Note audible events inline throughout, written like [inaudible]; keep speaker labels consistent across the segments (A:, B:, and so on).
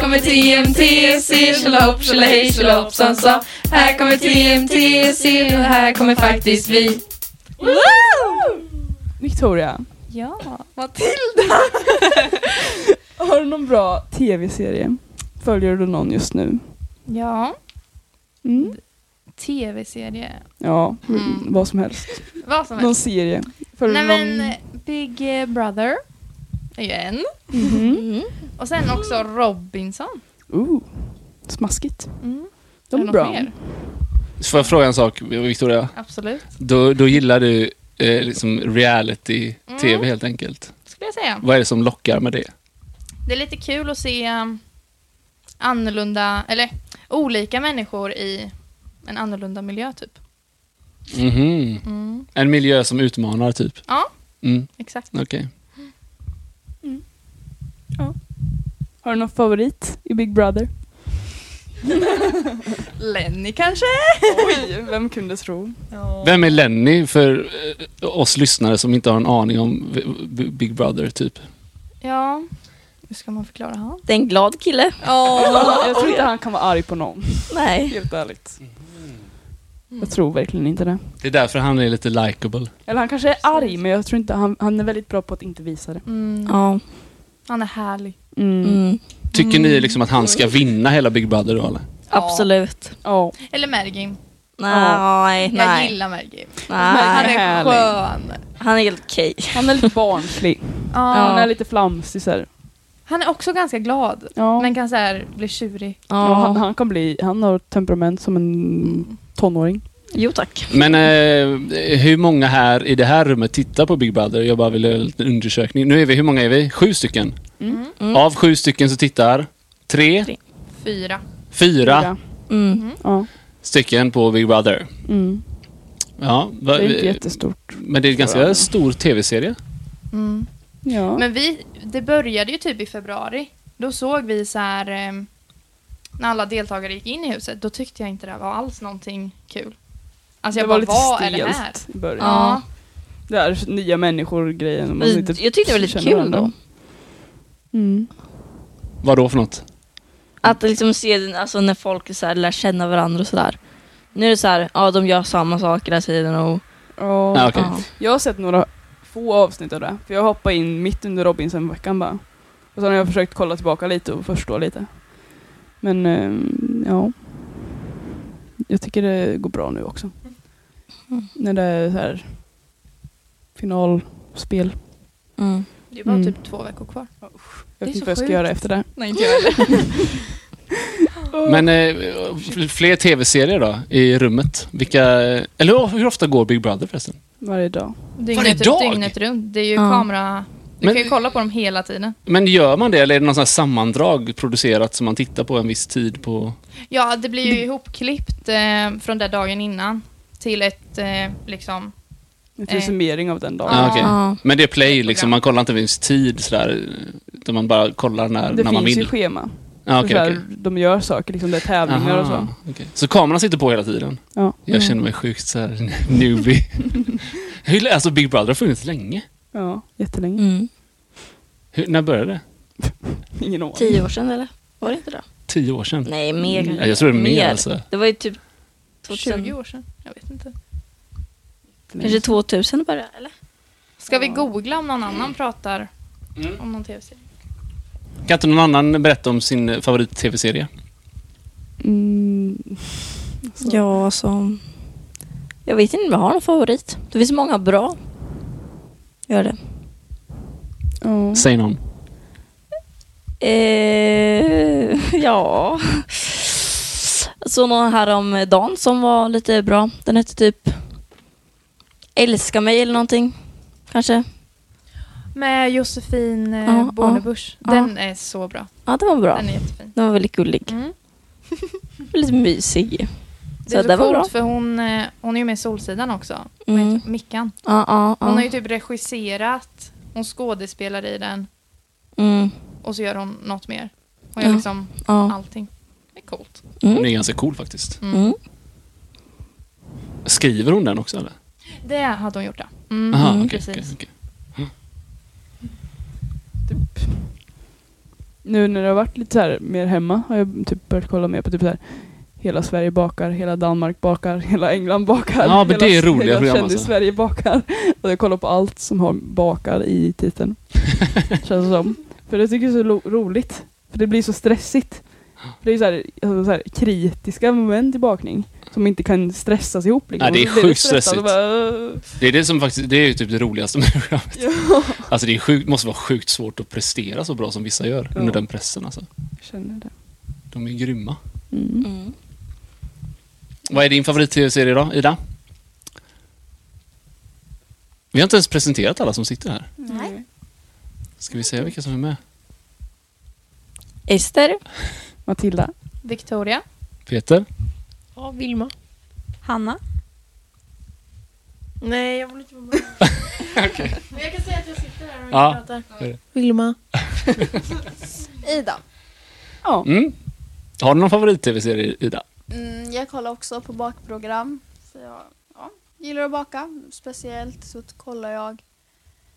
A: kommer TMT, se tjolahopp tjolahej tjolahoppsan sa. Här kommer TMT, se och här kommer faktiskt vi.
B: Victoria,
A: Ja,
B: har du någon bra tv-serie? Följer du någon just nu?
C: Ja,
B: Mm.
C: tv-serie.
B: Ja,
C: Mm.
B: vad som helst.
C: Vad som
B: Någon
C: helst.
B: serie?
C: Nej
B: Följer du
C: men
B: någon...
C: eh, Big Brother är ju en.
B: Mhm.
C: Och sen också Robinson.
B: Ooh, smaskigt.
C: Mm.
B: De är
C: något
B: bra.
C: mer?
D: Får jag fråga en sak, Victoria?
C: Absolut,
D: Då, då gillar du eh, liksom reality-tv
C: Mm.
D: helt enkelt.
C: skulle jag säga.
D: Vad är det som lockar med det?
C: Det är lite kul att se um, annorlunda, eller olika människor i en annorlunda miljö typ.
D: Mhm.
C: Mm.
D: En miljö som utmanar, typ?
C: Ja.
D: Mm,
C: Exakt.
D: Okej.
B: Har du någon favorit i Big Brother?
C: Lenny kanske? [laughs]
B: Oj, vem kunde tro?
D: Vem är Lenny för eh, oss lyssnare som inte har en aning om v- v- Big Brother, typ?
C: Ja, hur ska man förklara han?
A: det är en glad kille.
B: [laughs]
C: [laughs]
B: Jag tror inte han kan vara arg på någon,
A: Nej.
B: helt ärligt.
C: Mm.
B: Jag tror verkligen inte det.
D: Det är därför han är lite likable.
B: Eller han kanske är arg, men jag tror inte han, han är väldigt bra på att inte visa det.
C: Mm.
A: Ja.
C: Han är härlig.
A: Mm.
D: Tycker ni liksom att han ska vinna hela Big Brother då, eller?
A: Absolut.
B: Ja.
C: Eller Mergim.
A: Nej,
C: Jag
A: nej.
C: gillar Mergim. Han
A: nej.
C: är
B: Härlig.
C: skön.
A: Han är helt okej.
B: Han är lite barnslig.
C: [laughs] Ja.
B: Han är lite flamsig så här.
C: Han är också ganska glad,
B: Ja.
C: men kan så här bli tjurig.
B: ja, han, han kan bli, han har temperament som
C: Mm.
B: en tonåring.
A: Jo tack.
D: Men eh, hur många här i det här rummet tittar på Big Brother? Jag bara vill göra en liten undersökning. Nu är vi, hur många är vi? Sju stycken.
B: Mm.
A: Mm.
D: Av sju stycken så tittar tre,
A: Tre.
C: Fyra.
D: fyra
A: Mm.
B: Ja.
D: stycken på Big Brother.
B: Mm.
D: Ja,
B: Det
D: va,
B: är inte jättestort.
D: men det är en ganska stor tv-serie.
C: Mm.
B: Ja.
C: Men vi, det började ju typ i februari. Då såg vi så här, ehm, när alla deltagare gick in i huset, då tyckte jag inte det var alls någonting kul. Alltså jag bara, vad är det här?
B: i början.
C: Ja.
B: Det här nya människor-grejen. om man
A: Vi-
B: inte
A: jag tyckte det var lite
B: känner
A: kul
B: varandra.
A: då.
B: Mm.
D: Vad då för något?
A: Att liksom se den- alltså, när folk så här, lär känna varandra och sådär. Nu är det så här, ja de gör samma saker hela tiden och...
B: Ja.
D: Ja, okej.
A: Ja.
B: Jag har sett några få avsnitt av det. För jag hoppade in mitt under Robinson-veckan bara. Och sen har jag försökt kolla tillbaka lite och förstå lite. Men ehm, ja. Jag tycker det går bra nu också.
A: Mm.
B: När det är så här finalspel.
A: Mm.
C: Det är bara
B: Mm.
C: typ två veckor kvar.
B: Jag
C: Det är
B: vet inte
C: så
B: vad jag ska
C: sjukt.
B: göra efter det.
C: Nej, inte jag heller.
D: Men eh, fl- fler tv-serier då, i rummet? Vilka... Eller hur- hur ofta går Big Brother förresten?
B: Varje dag.
C: dygnet,
D: dag?
C: dygnet runt. Det är ju
A: Ja.
C: kamera... Du
D: Men-
C: kan ju kolla på dem hela tiden.
D: Men gör man det, eller är det någon sån här sammandrag producerat som man tittar på en viss tid på?
C: Ja, det blir ju ihopklippt eh, från den dagen innan till ett eh, liksom...
B: En
C: Eh.
B: summering av den dagen.
D: Ah, okej.
A: Ja.
D: Men det är play liksom, man kollar inte en viss tid sådär, utan man bara kollar när,
B: Det
D: när man
B: finns ju
D: vill?
B: schema.
D: Ah,
B: Så här, De gör saker, liksom, det är tävlingar och så. Mm.
D: okej. Så kameran sitter på hela tiden?
B: Ja.
D: Jag känner mig sjukt så här [laughs] newbie.
B: [laughs]
D: Hur- alltså Big Brother har funnits länge.
B: Ja, jättelänge.
A: Mm.
D: Hur, när började det?
B: Ingen aning.
A: Tio år sedan eller? Var det inte det?
D: Tio år sedan?
A: Nej, mer kanske.
D: Ja, jag tror det är mer, alltså.
A: Det var ju typ 2000,
C: 20 år sedan. Jag vet inte.
A: kanske 2000 började, eller?
C: Ska vi googla om någon annan pratar om någon tv-serie?
D: Kan inte någon annan berätta om sin favorit-tv-serie?
B: Mm. Så.
A: Ja, alltså... Jag vet inte om jag har någon favorit. Det finns många bra. Gör det.
B: Ja.
D: Säg någon.
A: Eh, [laughs] ja... Så någon här om dagen som var lite bra. Den hette typ Älska mig eller någonting. Kanske.
C: Med Josefin eh,
A: Ja,
C: Bornebusch.
A: ja.
C: Den är så bra.
A: Ja, den var bra.
C: Den är jättefin.
A: Den var väldigt gullig.
C: Mm.
A: Lite mysig.
C: Det är så,
A: den var
C: coolt
A: bra.
C: för hon, eh, hon är ju med i Solsidan också. Vad
A: Mm.
C: heter- Mickan.
A: Ja, ja,
C: Hon har
A: ja.
C: ju typ regisserat, hon skådespelar i den
A: Mm,
C: och så gör hon något mer. Hon gör
A: Ja.
C: liksom
A: ja.
C: allting. Det är coolt.
D: Hon
A: Mm,
D: är ganska cool faktiskt.
A: mm.
D: Skriver hon den också eller?
C: Det hade hon gjort ja. Mm.
D: Aha,
A: Mm,
D: okej,
C: precis.
D: okej, okej.
B: nu när det har varit lite så här mer hemma har jag typ börjat kolla mer på typ så här Hela Sverige bakar, hela Danmark bakar, hela England bakar.
D: Ja, men
B: hela,
D: det är roliga
B: hela
D: program,
B: kändis
D: alltså.
B: Sverige bakar. Och jag kollar på allt som har bakar i
D: [laughs]
B: titeln. Känns det som. För det tycker jag är så lo- roligt. För det blir så stressigt. För det är ju så här, alltså så här kritiska moment i bakning. Som inte kan stressas ihop. Liksom.
D: Ja, det är
B: Och så blir
D: sjukt
B: stressat och
D: stressigt.
B: bara, "Åh."
D: Det är det som faktiskt, det är ju typ det roligaste med programmet.
B: Ja.
D: Alltså det är sjukt, måste vara sjukt svårt att prestera så bra som vissa gör
B: Ja.
D: under den pressen alltså.
B: Jag Känner det.
D: De är grymma.
B: Mm.
A: Mm.
D: Vad är din favorit-tv-serie då, Ida? Vi har inte ens presenterat alla som sitter här.
B: Mm.
A: Nej.
D: Ska vi se vilka som är med?
A: Ester.
B: Matilda.
C: Victoria.
D: Peter?
E: Ja, Vilma.
F: Hanna?
E: Nej, jag vill inte vara med.
C: Men jag kan säga att jag sitter här och
D: Ja.
C: pratar.
E: Vilma.
F: Ida.
B: Ja.
D: Mm. Har du någon favorit-tv-serie, Ida?
F: Mm, jag kollar också på bakprogram. Så jag ja, gillar att baka. Speciellt så kollar jag,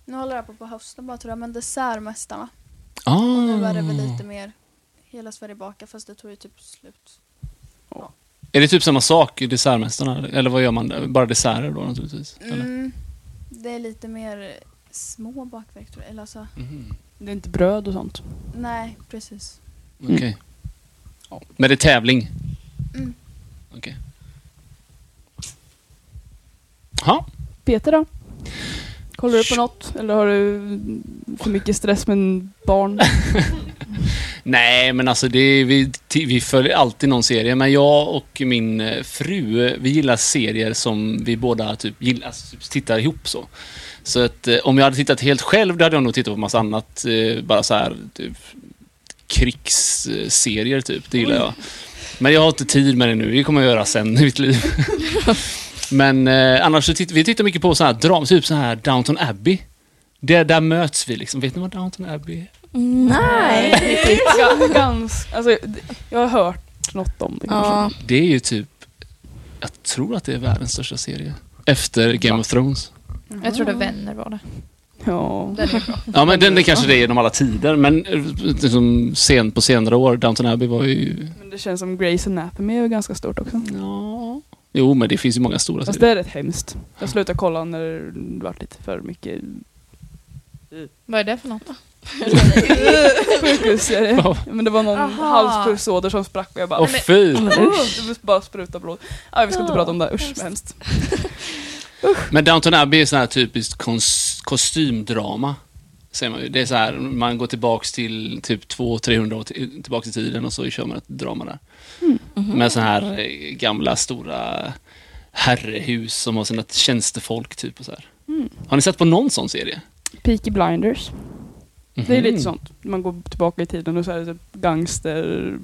F: nu håller jag på på hösten bara tror jag, men Dessertmästarna.
D: Ah.
F: Och nu är det väl lite mer Hela Sverige bakar fast det tog ju typ slut.
D: Är det typ samma sak i Dessertmästarna? Eller vad gör man? Bara desserter då naturligtvis? Eller?
F: Mm, det är lite mer små bakverk tror jag. Eller alltså,
D: Mhm.
B: Det är inte bröd och sånt.
F: nej precis.
D: Okej. Men det är tävling?
F: Mm.
D: Okej. Ja.
B: Peter då? Kollar du på något? Eller har du för mycket stress med barn?
D: Nej, men alltså det, är- vi, ti- vi följer alltid någon serie. Men jag och min eh, fru, eh, vi gillar serier som vi båda typ gillar, alltså, typ tittar ihop så. Så att eh, om jag hade tittat helt själv, då hade jag nog tittat på massa annat. Eh, bara så här, typ, krigsserier typ. Det gillar jag. Men jag har inte tid med det nu. Det kommer jag göra sen i mitt liv. men eh, annars så tittar vi tittar mycket på så här dram, typ så här Downton Abbey. Där, där möts vi liksom. Vet ni vad Downton Abbey är?
B: [laughs]
A: Nej.
B: Ga- Ganska, alltså, d- jag har hört något om det kanske.
A: Ja.
D: Det är ju typ... Jag tror att det är världens största serie. Efter Game of Thrones.
C: Mm. Jag trodde vänner var
G: Mm.
C: det.
B: Ja.
C: Den är bra.
D: Ja, men den är kanske det genom alla tider. Men eh, liksom, sen, på senare år, Downton Abbey var ju...
B: Men det känns som Grey's Anatomy är ju ganska stort också.
D: Mm. Ja. Jo, men det finns ju många stora
B: Fast
D: serier.
B: det är rätt hemskt. Jag slutade kolla när det vart lite för mycket
C: Vad är det för något?
B: sjukhusserie. Men det var någon
C: Aha.
B: halspulsåder som sprack och jag bara
D: Åh fy!
B: usch, det bara spruta blod. Aj, vi ska inte
A: Ja,
B: prata om det, här. usch vad hemskt.
D: Men Downton Abbey är sån här typiskt kons- kostymdrama. Säger man ju. Det är så här, man går tillbaks till typ 200-300 år till- tillbaks i tiden och så kör man ett drama där.
A: Mm-hmm.
D: Med sån här eh, gamla stora herrehus som har sina tjänstefolk typ och så här.
B: Mm.
D: Har ni sett på någon sån serie?
B: Peaky Blinders. Det är
D: Mhm.
B: lite sånt. Man går tillbaka i tiden och så är det typ gangster...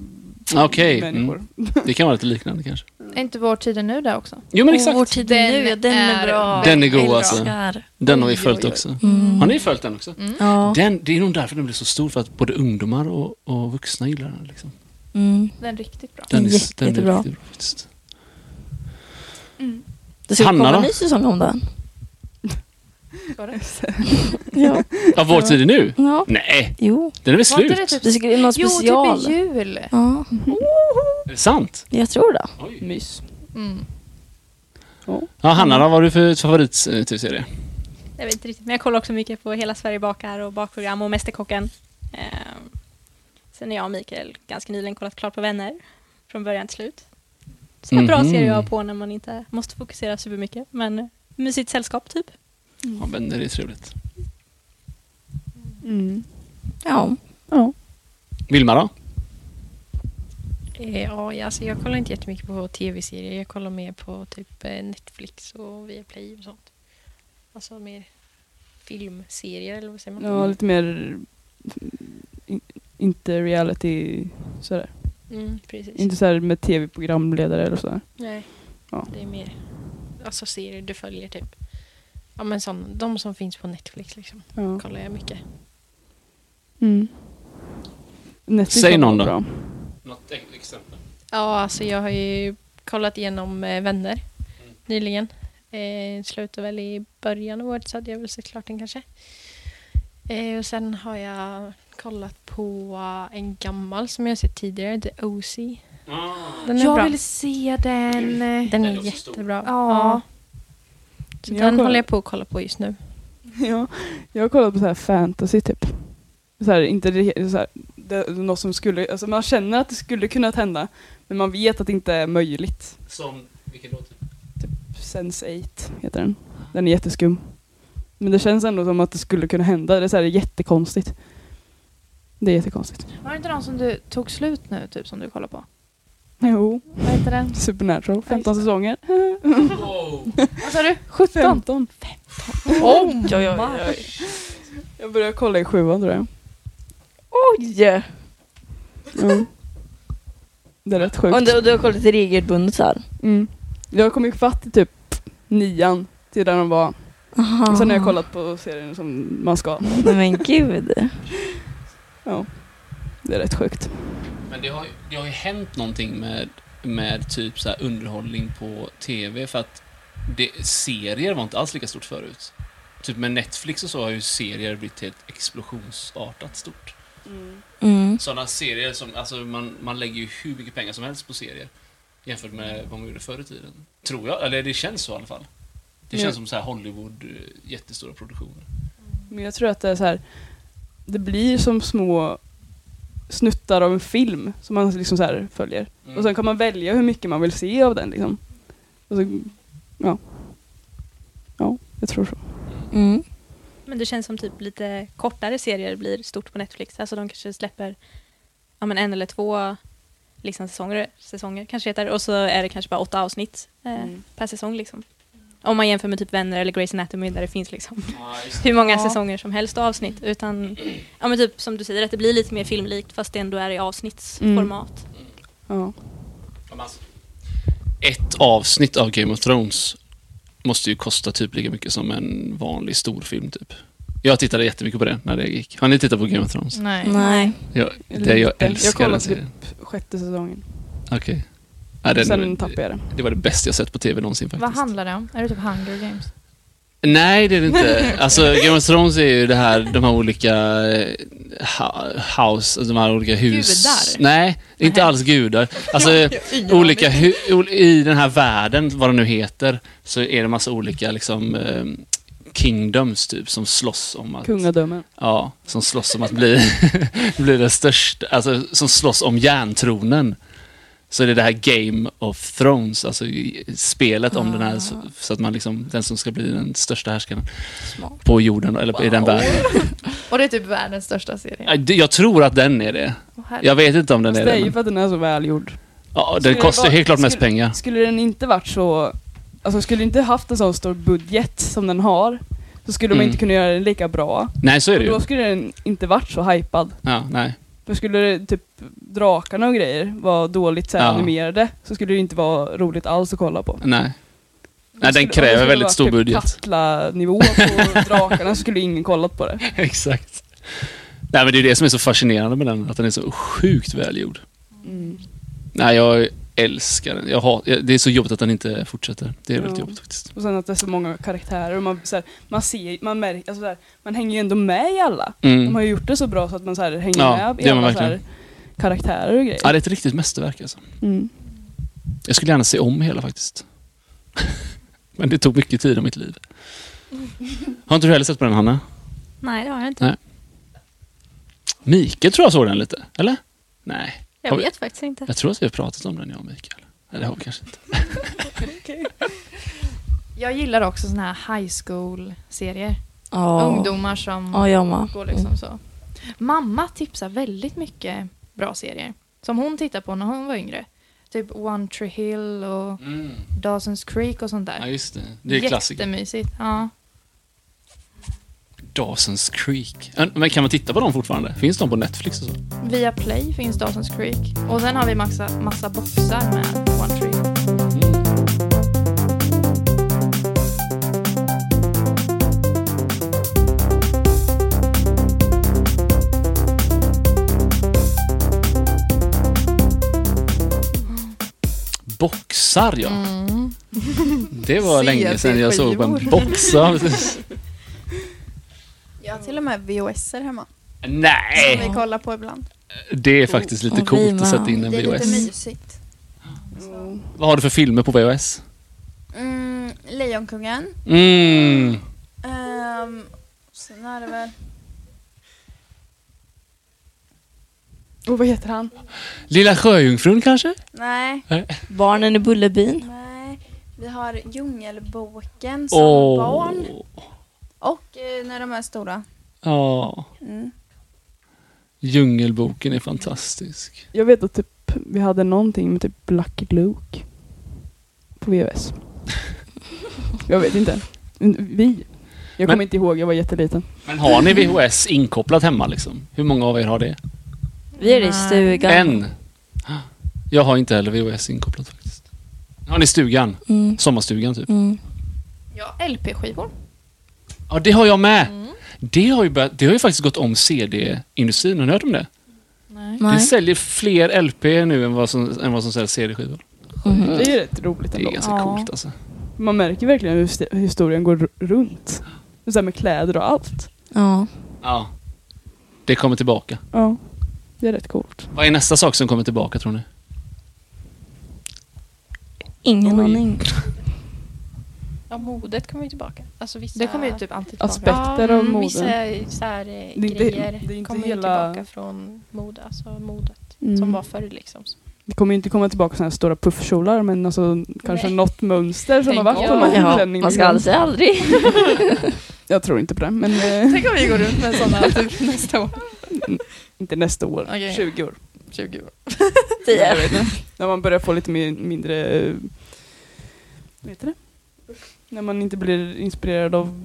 D: Okej, Mm.
B: Människor.
D: Det kan vara lite liknande kanske.
C: Är inte vår tid nu där också?
D: Jo men exakt.
A: Vår tid är
C: Den
A: nu, den är,
C: är Mm.
A: bra.
D: Den är god,
A: Älskar.
D: alltså. Den har vi
E: Oj,
D: följt
E: oj, oj.
D: också.
A: Mm.
D: Har ni följt den också?
A: Ja.
D: Den, det är nog därför den blev så stor, för att både ungdomar och, och vuxna gillar den. Liksom.
A: Mm.
C: Den är riktigt bra.
D: Den är, den är
A: Jättebra.
D: riktigt bra faktiskt.
A: Det ska
D: Hanna
A: komma en
D: då?
A: ny säsong om
G: [laughs]
A: den.
C: Var det?
A: [laughs] Ja.
D: Av vår tid är nu?
A: ja.
D: Nej,
A: Jo.
D: den är väl
C: Var inte
D: slut?
C: det typ
A: Det ska bli någon
C: Jo,
A: special.
C: typ i jul.
A: Ja, Mm.
D: Är det sant?
A: jag tror det.
B: Mys.
C: Mm.
D: Ja, Hanna då, vad har du för eh, favorit-tv-serie?
G: Jag vet inte riktigt, men jag kollar också mycket på Hela Sverige bakar och bakprogram och Mästerkocken. Ehm, sen har jag och Mikael ganska nyligen kollat klart på Vänner, från början till slut. Så en bra
D: Mhm.
G: serie att ha på när man inte måste fokusera supermycket, men mysigt sällskap typ.
D: Ja, men det är trevligt.
B: Mm.
A: Ja.
B: Ja.
D: Vilma då?
E: Eh, ja, jag- alltså, jag kollar inte jättemycket på tv-serier. Jag kollar mer på typ eh, Netflix och Viaplay och sånt. Alltså mer filmserier eller vad säger man?
B: ja, lite mer... in- Inte reality sådär.
E: Mm, precis.
B: Inte sådär med tv-programledare eller sådär.
E: Nej,
B: Ja.
E: det är mer alltså serier du följer typ. Ja, men sån, de som finns på Netflix liksom
B: Ja.
E: kollar jag mycket.
B: Mm. Netflix
D: Säg
B: var
D: någon då.
B: bra.
D: Något exempel.
E: Ja, alltså jag har ju kollat igenom eh, Vänner nyligen. Eh, slutade väl i början av året så hade jag väl sett klart den kanske. Eh, och sen har jag kollat på en gammal som jag sett tidigare, The OC.
D: Ah.
E: Den är
C: jag
E: bra.
C: vill se den.
E: Den
D: Den är
E: är
D: också stor.
E: jättebra.
C: Ja.
E: Så
B: Jag
E: den
B: kollar-
E: håller jag på att kolla på just nu.
B: [laughs] Ja, jag har kollat på så här fantasy typ. Så här, inte det- så här, det, något som skulle, alltså man känner att det skulle kunna hända, men man vet att det inte är möjligt.
D: Som, vilken låt?
B: Sense8 heter den. Den är jätteskum. Men det känns ändå som att det skulle kunna hända. Det är så här jättekonstigt. Det är jättekonstigt.
C: Var det inte någon som du tog slut nu, typ som du kollar på?
B: Jo,
C: Vad heter den?
B: Supernatural. 15 säsonger.
D: Wow.
C: Vad sa du? 17?
B: 15.
A: Oj, oj, oj. oj.
B: Jag började kolla i sjuan tror jag.
A: oj.
B: Ja. Mm. Det är rätt sjukt.
A: Och du, du har kollat lite regelbundet så här.
B: Mm. Jag kom ju fatt i typ nian till där de var.
A: Aha.
B: Sen har jag kollat på serien som man ska.
A: Nej, men [laughs] gud.
B: Ja. Det är rätt sjukt.
D: Men det har, ju- det har ju hänt någonting med, med typ så här underhållning på TV för att det, serier var inte alls lika stort förut. Typ med Netflix och så har ju serier blivit helt explosionsartat stort.
A: Mm.
D: Sådana serier som, alltså man, man lägger ju hur mycket pengar som helst på serier. Jämfört med vad man gjorde förr i tiden. Tror jag, eller det känns så i alla fall. Det
B: Ja.
D: känns som så här Hollywood, eh, jättestora produktioner.
B: Men jag tror att det är så här. Det blir som små snuttar av en film som man liksom så här följer.
D: Mm.
B: Och sen kan man välja hur mycket man vill se av den liksom. Och så, ja. Ja, jag tror så. [laughs]
A: Mm.
G: Men det känns som typ lite kortare serier blir stort på Netflix. Alltså de kanske släpper ja, men en eller två liksom, säsonger, säsonger kanske heter, och så är det kanske bara åtta avsnitt eh,
B: Mm.
G: per säsong. Liksom. Om man jämför med typ Vänner eller Grey's Anatomy där det finns liksom,
D: Ja, just
G: hur många
C: Ja.
G: säsonger som helst och avsnitt. Utan ja, men typ, som du säger, att det blir lite mer filmlikt fast det ändå är
A: Mm.
G: i avsnittsformat.
B: Ja.
D: Ja, men alltså, Ett avsnitt av Game of Thrones måste ju kosta typ lika mycket som en vanlig storfilm typ. Jag tittade jättemycket på det när det gick. Har ni tittat på Game of Thrones?
C: Nej.
A: Nej.
D: Jag, det jag
B: Lite. Jag
D: älskar
B: kollade
D: den
B: typ
D: serien.
B: sjätte säsongen.
D: Okej. Ja, den-
B: sen tappade jag det.
D: det var det bästa jag sett på tv någonsin faktiskt.
C: Vad handlar det om? Är det typ Hunger Games?
D: Nej, det är det inte. Alltså, Game of Thrones är ju det här, de här olika eh, ha- house, alltså de här olika hus...
C: Gudar?
D: Nej, det är inte
C: Nähä.
D: alls gudar. Alltså, olika hu- ol- i den här världen, vad den nu heter, så är det massa olika liksom eh, kingdoms typ som slåss om att...
B: Kungadömen.
D: Ja, som slåss om att bli, [laughs] bli den största, alltså som slåss om järntronen. Så är det det här Game of Thrones, alltså i- spelet om den här,
B: Ah.
D: så, så att man liksom, den som ska bli den största härskaren
A: Smart.
D: på jorden, eller i den världen.
C: Och det är typ världens största serie.
D: Ja, det- Jag tror att den är det.
C: Åh, herregud.
D: Jag vet inte om den
B: Fast
D: är
B: det är
D: det.
B: ju
D: Men,
B: för att den är så välgjord.
D: ja,
B: Skulle
D: den
B: det
D: kostar
B: vara-
D: helt klart mest
B: skulle-
D: pengar.
B: Skulle den inte varit så, alltså skulle den inte haft en sån stor budget som den har, så skulle man
D: Mm.
B: inte kunna göra den lika bra.
D: Nej, så är
B: Och
D: det ju.
B: då skulle den inte varit så hypad.
D: Ja, nej.
B: För skulle det, typ drakarna och grejer vara dåligt så här,
D: Ja.
B: animerade, så skulle det inte vara roligt alls att kolla på.
D: Nej.
B: Om
D: Nej,
B: det
D: den
B: skulle- om det
D: kräver
B: skulle
D: väldigt
B: vara
D: stor
B: typ
D: budget.
B: Katla-nivå på drakarna så skulle ingen kollat på det.
D: [laughs] Exakt. Nej, men det är ju det som är så fascinerande med den, att den är så sjukt välgjord.
B: Mm.
D: Nej, jag älskar den. Jag har, jag- det är så jobbigt att den inte fortsätter. Det är väldigt
B: Ja.
D: jobbigt faktiskt.
B: Och sen att det är så många karaktärer och man, så här, man ser, man märker, alltså, så här, man hänger ju ändå med i alla.
D: Mm.
B: De har ju gjort det så bra så att man så här, hänger
D: Ja, det
B: med i
D: gör man
B: alla så här,
D: verkligen.
B: karaktärer och grejer.
D: Ja, det är ett riktigt mästerverk alltså.
B: Mm.
D: Jag skulle gärna se om hela faktiskt. [laughs] men det tog mycket tid av mitt
G: [laughs]
D: liv. Har inte du heller sett på den, Hanna?
G: Nej, det har jag inte.
D: Nej. Mikael tror jag såg den lite, eller? Nej,
G: Jag
D: Har vi-
G: vet faktiskt inte.
D: jag tror att vi har pratat om den, jag och Mikael. Eller det har vi kanske inte.
C: Jag gillar också såna här high school-serier.
A: Ja.
C: Ungdomar som
A: Ja, jag med.
C: går liksom så. Mamma tipsar väldigt mycket bra serier. Som hon tittade på när hon var yngre. Typ One Tree Hill och
G: Mm.
C: Dawson's Creek och sånt
D: Mm. Ja,
C: där.
D: just det. Det är klassiker.
C: Jättemysigt. Ja.
D: Dawson's Creek. Ja, Men kan man titta på dem fortfarande? Finns de på Netflix och så?
C: Via Play finns Dawson's Creek. Och sen har vi massa, massa boxar med One Tree Hill.
D: Mm. Boxar ja.
F: Mm.
D: Det
F: [laughs]
D: var länge sedan jag såg på en
C: CD-skivor.
D: boxa. Precis.
F: Jag har till och med VHSer hemma.
D: Nej!
F: Som vi kollar på ibland.
D: Det är faktiskt lite
A: Och vi
D: coolt
A: med.
D: att sätta in en
F: Det är lite
D: VHS.
F: mysigt. Så.
B: Mm.
D: Vad har du för filmer på VHS?
F: Mm, Lejonkungen.
D: Mm.
F: Um, sen är det väl...
B: Och vad heter han?
D: Lilla Sjöjungfrun kanske?
F: Nej.
A: Barnen i Bullerbyn.
F: Nej, vi har Djungelboken som barn och eh, när de är stora.
D: Ja.
F: Mm.
D: Djungelboken är fantastisk.
B: Jag vet att typ, vi hade någonting med typ Lucky Luke på VHS. jag vet inte. Vi. Jag
D: Men-
B: kommer inte ihåg, jag var jätteliten.
D: Men har ni VHS inkopplat hemma liksom? Hur många av er har det?
A: Vi är i stugan.
D: En. Ah. Jag har inte heller VHS inkopplat faktiskt. Har ni stugan?
A: Mm.
D: Sommarstugan typ?
A: Mm.
C: Ja, LP-skivor.
D: Ja, det har jag med.
A: Mm.
D: Det, har ju börjat, det har ju faktiskt gått om CD-industrin. Har ni hört om det?
C: Nej.
D: Det
A: Nej.
D: säljer fler LP nu än vad som, än vad som säljs CD-skivor.
A: Mhm.
B: Det är ju rätt roligt
D: Det är
B: ändå.
D: ganska
A: Ja.
D: coolt alltså.
B: Man märker verkligen hur sti- historien går r- runt. Så här med kläder och allt.
A: Ja.
D: Ja. Det kommer tillbaka.
B: Ja, det är rätt coolt.
D: Vad är nästa sak som kommer tillbaka tror ni?
A: Ingen
B: Oj.
A: aning.
E: Ja, modet kommer ju tillbaka. Alltså vissa...
C: Det kommer ju typ alltid tillbaka.
B: Aspekt. Aspekter av
E: mm,
B: moden.
E: Vissa så här, eh,
B: inte-
E: grejer
B: det är inte
E: kommer ju
B: hela-
E: tillbaka från mode, alltså modet
B: Mm.
E: som var förr liksom.
B: Det kommer ju inte komma tillbaka sådana här stora puffkjolar men alltså kanske
E: Nej.
B: något mönster som har
E: Tänk
B: varit
E: jag.
B: på någon
A: Ja,
B: klänning
A: man ska
B: liksom.
A: aldrig säga
G: [laughs]
A: aldrig.
B: Jag tror inte på det, men
E: [laughs]
B: eh,
C: Tänk om vi går runt med [laughs] sådana typ nästa år.
B: inte nästa år.
C: Okej.
B: 20 år.
C: 20 år.
B: Jag vet inte. När man börjar få lite mer, mindre... eh, Vad heter det? När man inte blir inspirerad av...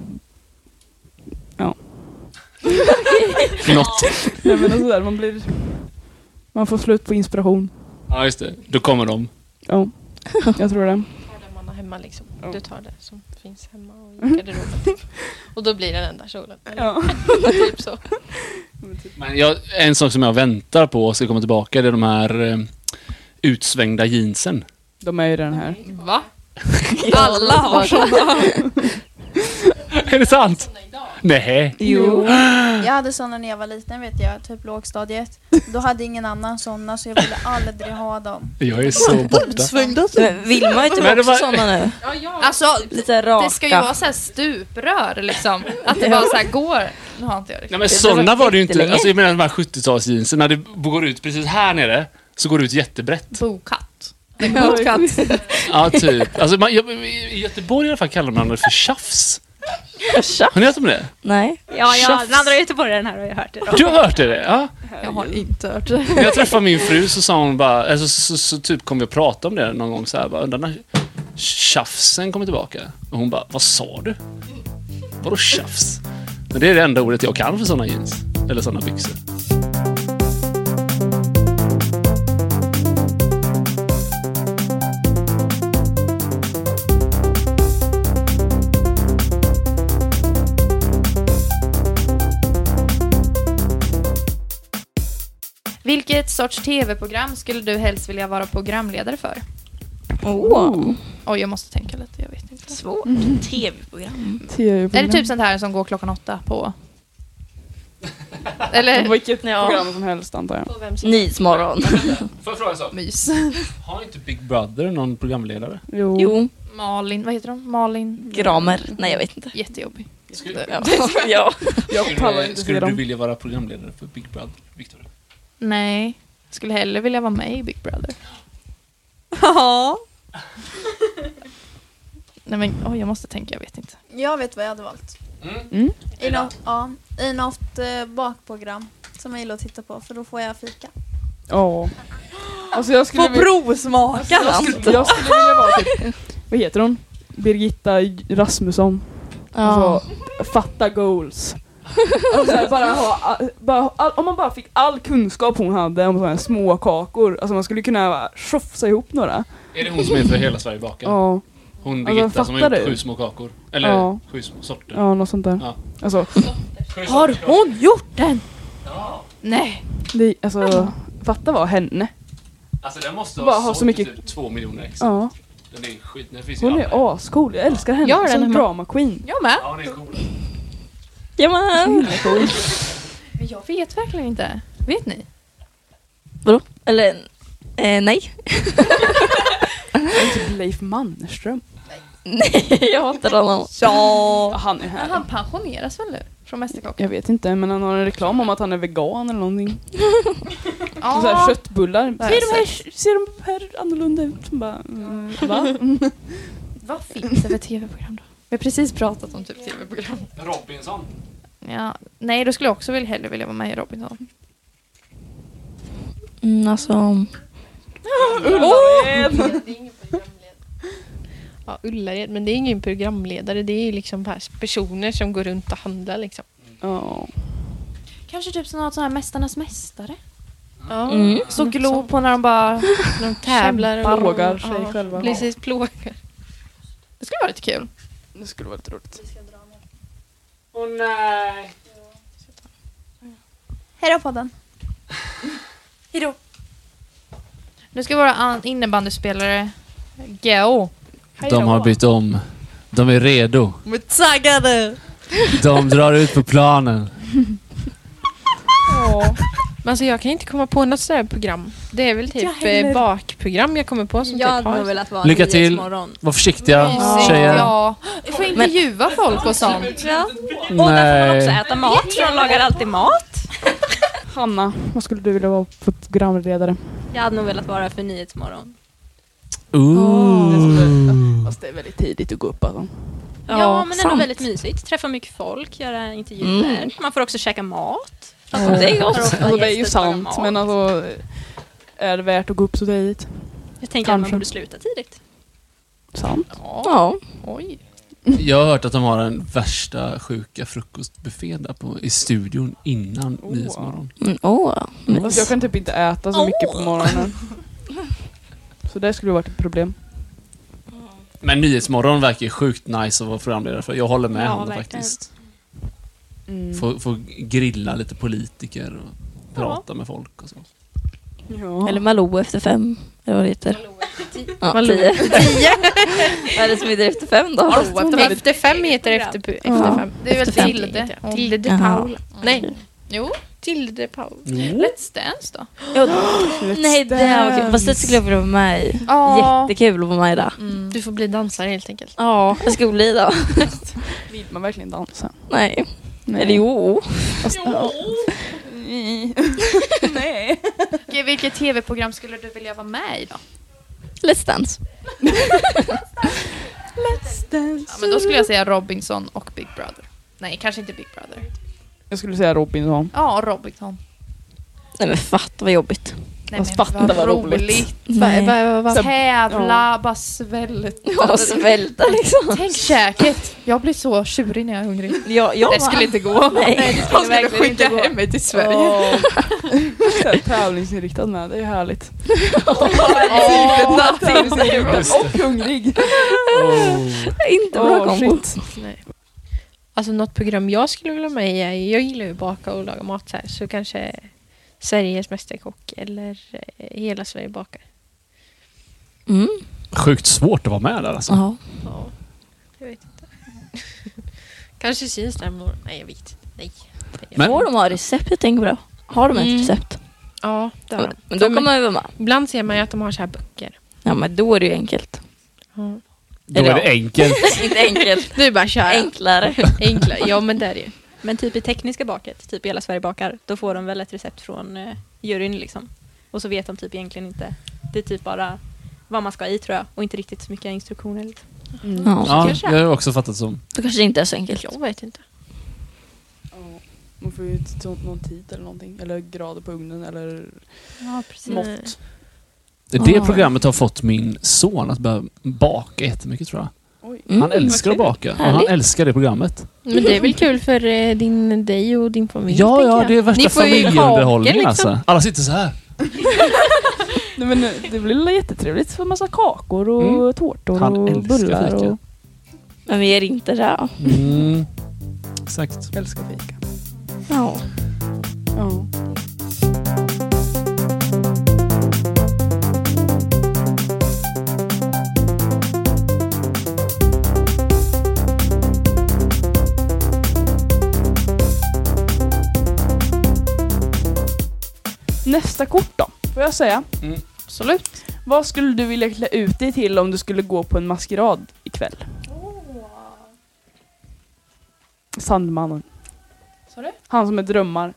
B: [laughs]
A: [laughs]
D: Något.
B: Nej men alltså där, man blir... Man får slut på inspiration.
D: Ja, just det. Då kommer de.
B: Ja, jag tror det.
E: Tar det man har hemma liksom.
B: Ja.
E: Du tar det som finns hemma och i garderoben. och då blir det den där kjolen. Eller
B: Ja.
E: [laughs]
B: typ. [laughs]
E: typ så.
D: Men jag, en sak som jag väntar på ska komma tillbaka det är de här eh, utsvängda jeansen.
B: De är ju den här.
C: Va? Alla har
D: [laughs] är det sant? Nej.
B: Jo.
F: Jag hade sådana när jag var liten vet jag, typ lågstadiet. Då hade ingen annan sådana så jag ville aldrig ha dem.
D: Jag är så borta.
F: Svängda
A: Men Vilma är
D: Men
A: typ
D: det
A: också
D: var-
A: sådana nu.
C: Alltså,
A: Lite raka.
C: det ska ju vara så här stuprör liksom. Att det bara så här går. Nu har inte jag
D: Nej
C: riktigt.
D: men
A: Det
D: sådana
A: var
D: var det ju inte.
A: jättelänge.
D: Alltså jag menar de här 70-talsjeansen. När det går ut precis här nere så går det ut jättebrett.
C: Bokatt. En bokatt.
D: Ja, typ. Alltså, man, jag, I Göteborg i alla fall kallar man det för tjafs.
A: Tjafs.
D: Har ni hört om det?
A: Nej.
G: Ja, ja,
D: Tjafs.
G: den andra göteborgaren här har jag hört idag.
D: Du har hört det? Ja.
C: Jag har inte hört det.
D: När jag träffade min fru så sa hon bara, alltså, så, så, så typ kom vi att prata om det någon gång så här, bara, undrar när tjafsen kommer tillbaka. Och hon bara, vad sa du? Vadå tjafs? Men det är det enda ordet jag kan för sådana jeans. Eller sådana byxor.
C: Vilket sorts tv-program skulle du helst vilja vara programledare för?
A: Åh.
C: Oj, jag måste tänka lite. Jag vet inte.
A: Svårt. Tv-program.
C: Är det typ sånt här som går klockan åtta på... Eller
B: Vilket program som helst antar jag.
E: Och vem som...
A: Nyhetsmorgon.
D: Får jag fråga en sak?
C: mys?
D: Har inte Big Brother någon programledare?
B: Jo.
A: Jo.
C: Malin, vad heter de? Malin?
A: Gramer. Nej, jag vet inte.
C: Jättejobbig.
A: Ja. ja.
B: Jag pallar
D: Skulle,
B: inte se
D: skulle du
B: dem.
D: vilja vara programledare för Big Brother, Victor?
C: Nej, skulle hellre vilja vara med i Big Brother.
G: Ja.
C: [laughs] Nej men oj, jag måste tänka, jag vet inte.
F: Jag vet vad jag hade valt.
B: Mm.
F: I, nå- ja, I något eh, bakprogram som jag gillar att titta på för då får jag fika.
B: Ja. Alltså jag skulle,
G: Få
B: vilja,
G: provsmaka
B: jag skulle, jag skulle vilja vara typ, vad heter hon? Birgitta Rasmusson.
A: Ja.
B: Alltså, fatta goals. Alltså, här, bara ha, bara, ha- all, om man bara fick all kunskap hon hade om sådana här små kakor. Alltså man skulle kunna bara tjofsa ihop några.
D: Är det hon som heter Hela Sverige bakar?
B: Ja,
D: Hon
B: Alltså,
D: Birgitta som har
B: fattar
D: gjort
B: du?
D: sju små kakor. Eller
B: Ja.
D: sju små sorter.
B: ja något sånt där.
D: Ja.
B: Alltså,
D: Har
C: Hon gjort den! Nej!
B: det, alltså fatta vad henne.
D: Alltså den måste
B: Bara
D: ha,
B: ha så
D: sålt
B: mycket-
D: typ två miljoner ex.
B: Ja,
D: Den är skit, den finns ju
B: hon
D: i alla-
B: är ascool. Jag älskar henne.
E: Jag har den
B: Som
E: hemma.
B: drama queen.
C: Jag med!
D: Ja, hon är cool.
A: Ja, men.
C: Men jag vet verkligen inte. Vet ni?
A: Vadå? Eller, eh, nej. [laughs]
B: Typ Leif Mannerström.
A: Nej, jag hatar honom.
B: Ja, han är
C: Men
B: här.
C: han pensioneras väl nu? Från Mästerkocken?
B: Jag vet inte, men han har en reklam om att han är vegan eller någonting.
C: Ja.
B: Så här, köttbullar.
C: har
B: Ser
C: jag
B: de, här, ser de här annorlunda ut? Som bara, mm, [laughs] va?
C: [laughs] Vad finns det för tv-program då? Vi har precis pratat om typ tv-program.
D: Robinson.
C: Ja, nej, då skulle jag också vilja, hellre vilja vara med i Robinson.
A: Mm, alltså,
E: Ja, Ullared, men det är ingen programledare. Det är ju liksom bara personer som går runt och handlar liksom.
B: Ja.
C: Kanske typ som något sånt här Mästarnas Mästare.
E: Ja,
A: mm.
C: Så
E: något
C: glo
E: sånt.
C: på när de bara...
E: När de tävlar och...
B: Plågar sig
E: ja,
B: själva.
E: Precis, plågar.
C: Det skulle vara lite kul.
B: Det skulle vara lite roligt.
D: Åh nej!
F: Hej då podden.
C: Hejdå. Nu ska våra an- innebandyspelare gå.
D: De har bytt om. De är redo.
C: De är taggade!
E: Typ,
D: De drar ut på planen.
E: Men alltså jag kan inte komma på något sådär program. Det är väl typ eh, bakprogram jag kommer på som
G: Jag
E: typ
G: hade
E: har...
G: nog velat vara
D: Lycka till.
G: Nyhetsmorgon.
D: Var försiktiga,
C: Mysigt,
D: tjejer.
C: Mm. Ja. Vi får intervjua folk och sånt.
G: Och där får man också
D: Nej.
G: äta mat, för de lagar alltid mat.
B: Hanna, vad skulle du vilja vara för programledare?
G: Jag hade nog velat vara för Nyhetsmorgon.
B: Ooh. Fast det är väldigt tidigt att gå upp alltså.
G: Ja, men ändå
A: sant.
G: väldigt mysigt. Träffa mycket folk, göra intervjuer.
A: Mm.
G: Man får också käka mat.
B: Ja.
G: Det är gott.
B: Alltså, det är ju sant, men alltså är det värt att gå upp så tidigt?
G: Jag tänker att
B: Kanske.
G: man borde sluta tidigt.
B: Sant.
A: Ja.
C: Oj.
D: Jag har hört att de har den värsta sjuka frukostbuffén där på, i studion innan
B: Oh.
D: Nyhetsmorgon.
A: Mm, åh,
B: Alltså, jag
A: nice.
B: kan typ inte äta så mycket på morgonen. Så det skulle varit ett problem.
D: Men Nyhetsmorgon verkar ju sjukt nice att vara programledare för. Jag håller med
G: Ja,
D: honom
G: verkligen.
D: faktiskt.
B: Mm.
D: Få, få grilla lite politiker och prata med folk och så.
B: Ja.
A: Eller Malou efter fem. Eller vad det heter. Ja,
E: Malou.
A: tio. [laughs] vad är det som heter efter fem då?
E: Efter fem heter det efter, pu- efter
A: Ja.
E: fem.
C: Det är väl
A: Efter fem.
C: Tilde?
E: Ja. Tilde de
A: Jaha.
E: Paula. Nej,
C: Jo.
E: Tilde de Paula.
C: Let's Dance då?
A: Ja, nej, det här var kul. Fast det skulle jag vilja vara med i.
C: Ja.
A: Jättekul att vara med i det.
C: Mm.
E: Du får bli dansare helt enkelt.
A: Ja, jag skulle bli det.
B: Vill man verkligen dansa?
A: Nej. Eller jo.
B: Nej.
C: Okej, vilket tv-program skulle du vilja vara med i då?
A: Let's dance.
C: Ja, men då skulle jag säga Robinson och Big Brother. Nej, kanske inte Big Brother.
B: Jag skulle säga Robinson. [laughs]
C: Ja, Robinson.
A: Nej men fatta vad jobbigt.
C: Nej,
B: Fast fatta vad roligt.
C: [laughs]
A: Nej.
C: Tävla, bara svälta.
A: Ja, [laughs] svälta liksom.
C: Tänk käket. Jag blir så tjurig när jag är hungrig.
A: Jag, jag
C: Det skulle inte gå.
A: Nej,
E: [laughs]
A: det
C: det skulle jag skulle
G: verkligen
C: skicka
G: inte gå.
C: hem mig till Sverige.
B: Ja. Så här Tävlingsinriktad med, det är härligt.
E: typ
B: Och hungrig.
A: [laughs]
D: Oh.
A: inte bra
B: Åh,
A: kombo.
E: Alltså något program jag skulle vilja vara med i, är- jag gillar ju att baka och laga mat så här, så kanske Sveriges Mästerkock eller eh, Hela Sverige bakar.
A: Mm.
D: Sjukt svårt att vara med där alltså.
A: Ja.
E: Ja, jag vet inte. kanske syns där om några- Nej, jag vet inte. Nej.
D: Men-
A: Får de ha recept? Jag tänker på det. Har de ett
E: Mm.
A: recept?
E: Ja, det har de.
A: Men då
E: Men-
A: kommer man ju vara med.
E: Ibland ser man ju att de har så här böcker.
A: Ja men då är det ju enkelt.
E: Ja.
D: Då är det enkelt.
A: inte enkelt.
E: Nu är det bara att köra.
A: Enklare.
E: Enkla. Ja, men det är det ju.
G: Men typ i tekniska baket, typ i Hela Sverige bakar, då får de väl ett recept från eh, juryn liksom. Och så vet de typ egentligen inte. Det är typ bara vad man ska ha i tror jag och inte riktigt så mycket instruktioner. Liksom.
B: Mm.
A: Ja.
D: Ja,
E: kanske.
D: jag har också fattat som.
A: Då kanske det inte är så enkelt.
E: Jag vet inte.
B: Man får ju inte ta någon tid eller någonting. Eller grader på ugnen eller
E: Ja, precis.
B: mått.
A: Det
D: Det
A: Ja.
D: programmet har fått min son att börja baka jättemycket tror jag.
B: Oj.
A: Mm.
D: Han älskar att baka och han
A: Härligt.
D: älskar det programmet.
E: Men det är väl kul för eh, din, dig och din familj?
D: Ja,
E: tänker
D: ja,
E: jag.
D: det är
E: Ni
D: värsta
E: får ju
D: familjeunderhållningen
E: kakor, liksom.
D: alltså. Alla sitter så här.
B: Nej, men eh, det blir jättetrevligt. För massa kakor och
D: Mm.
B: tårtor
D: Han
B: och
D: älskar
B: bullar.
D: fika.
B: Och...
A: Men vi är inte det.
D: Mm. Exakt.
B: Älskar fika.
A: Ja.
B: Ja. Nästa kort då, får jag säga?
H: Mm.
B: Absolut. Vad skulle du vilja klä ut dig till om du skulle gå på en maskerad ikväll? Sandmannen.
C: Sa du?
B: Han som är drömmar.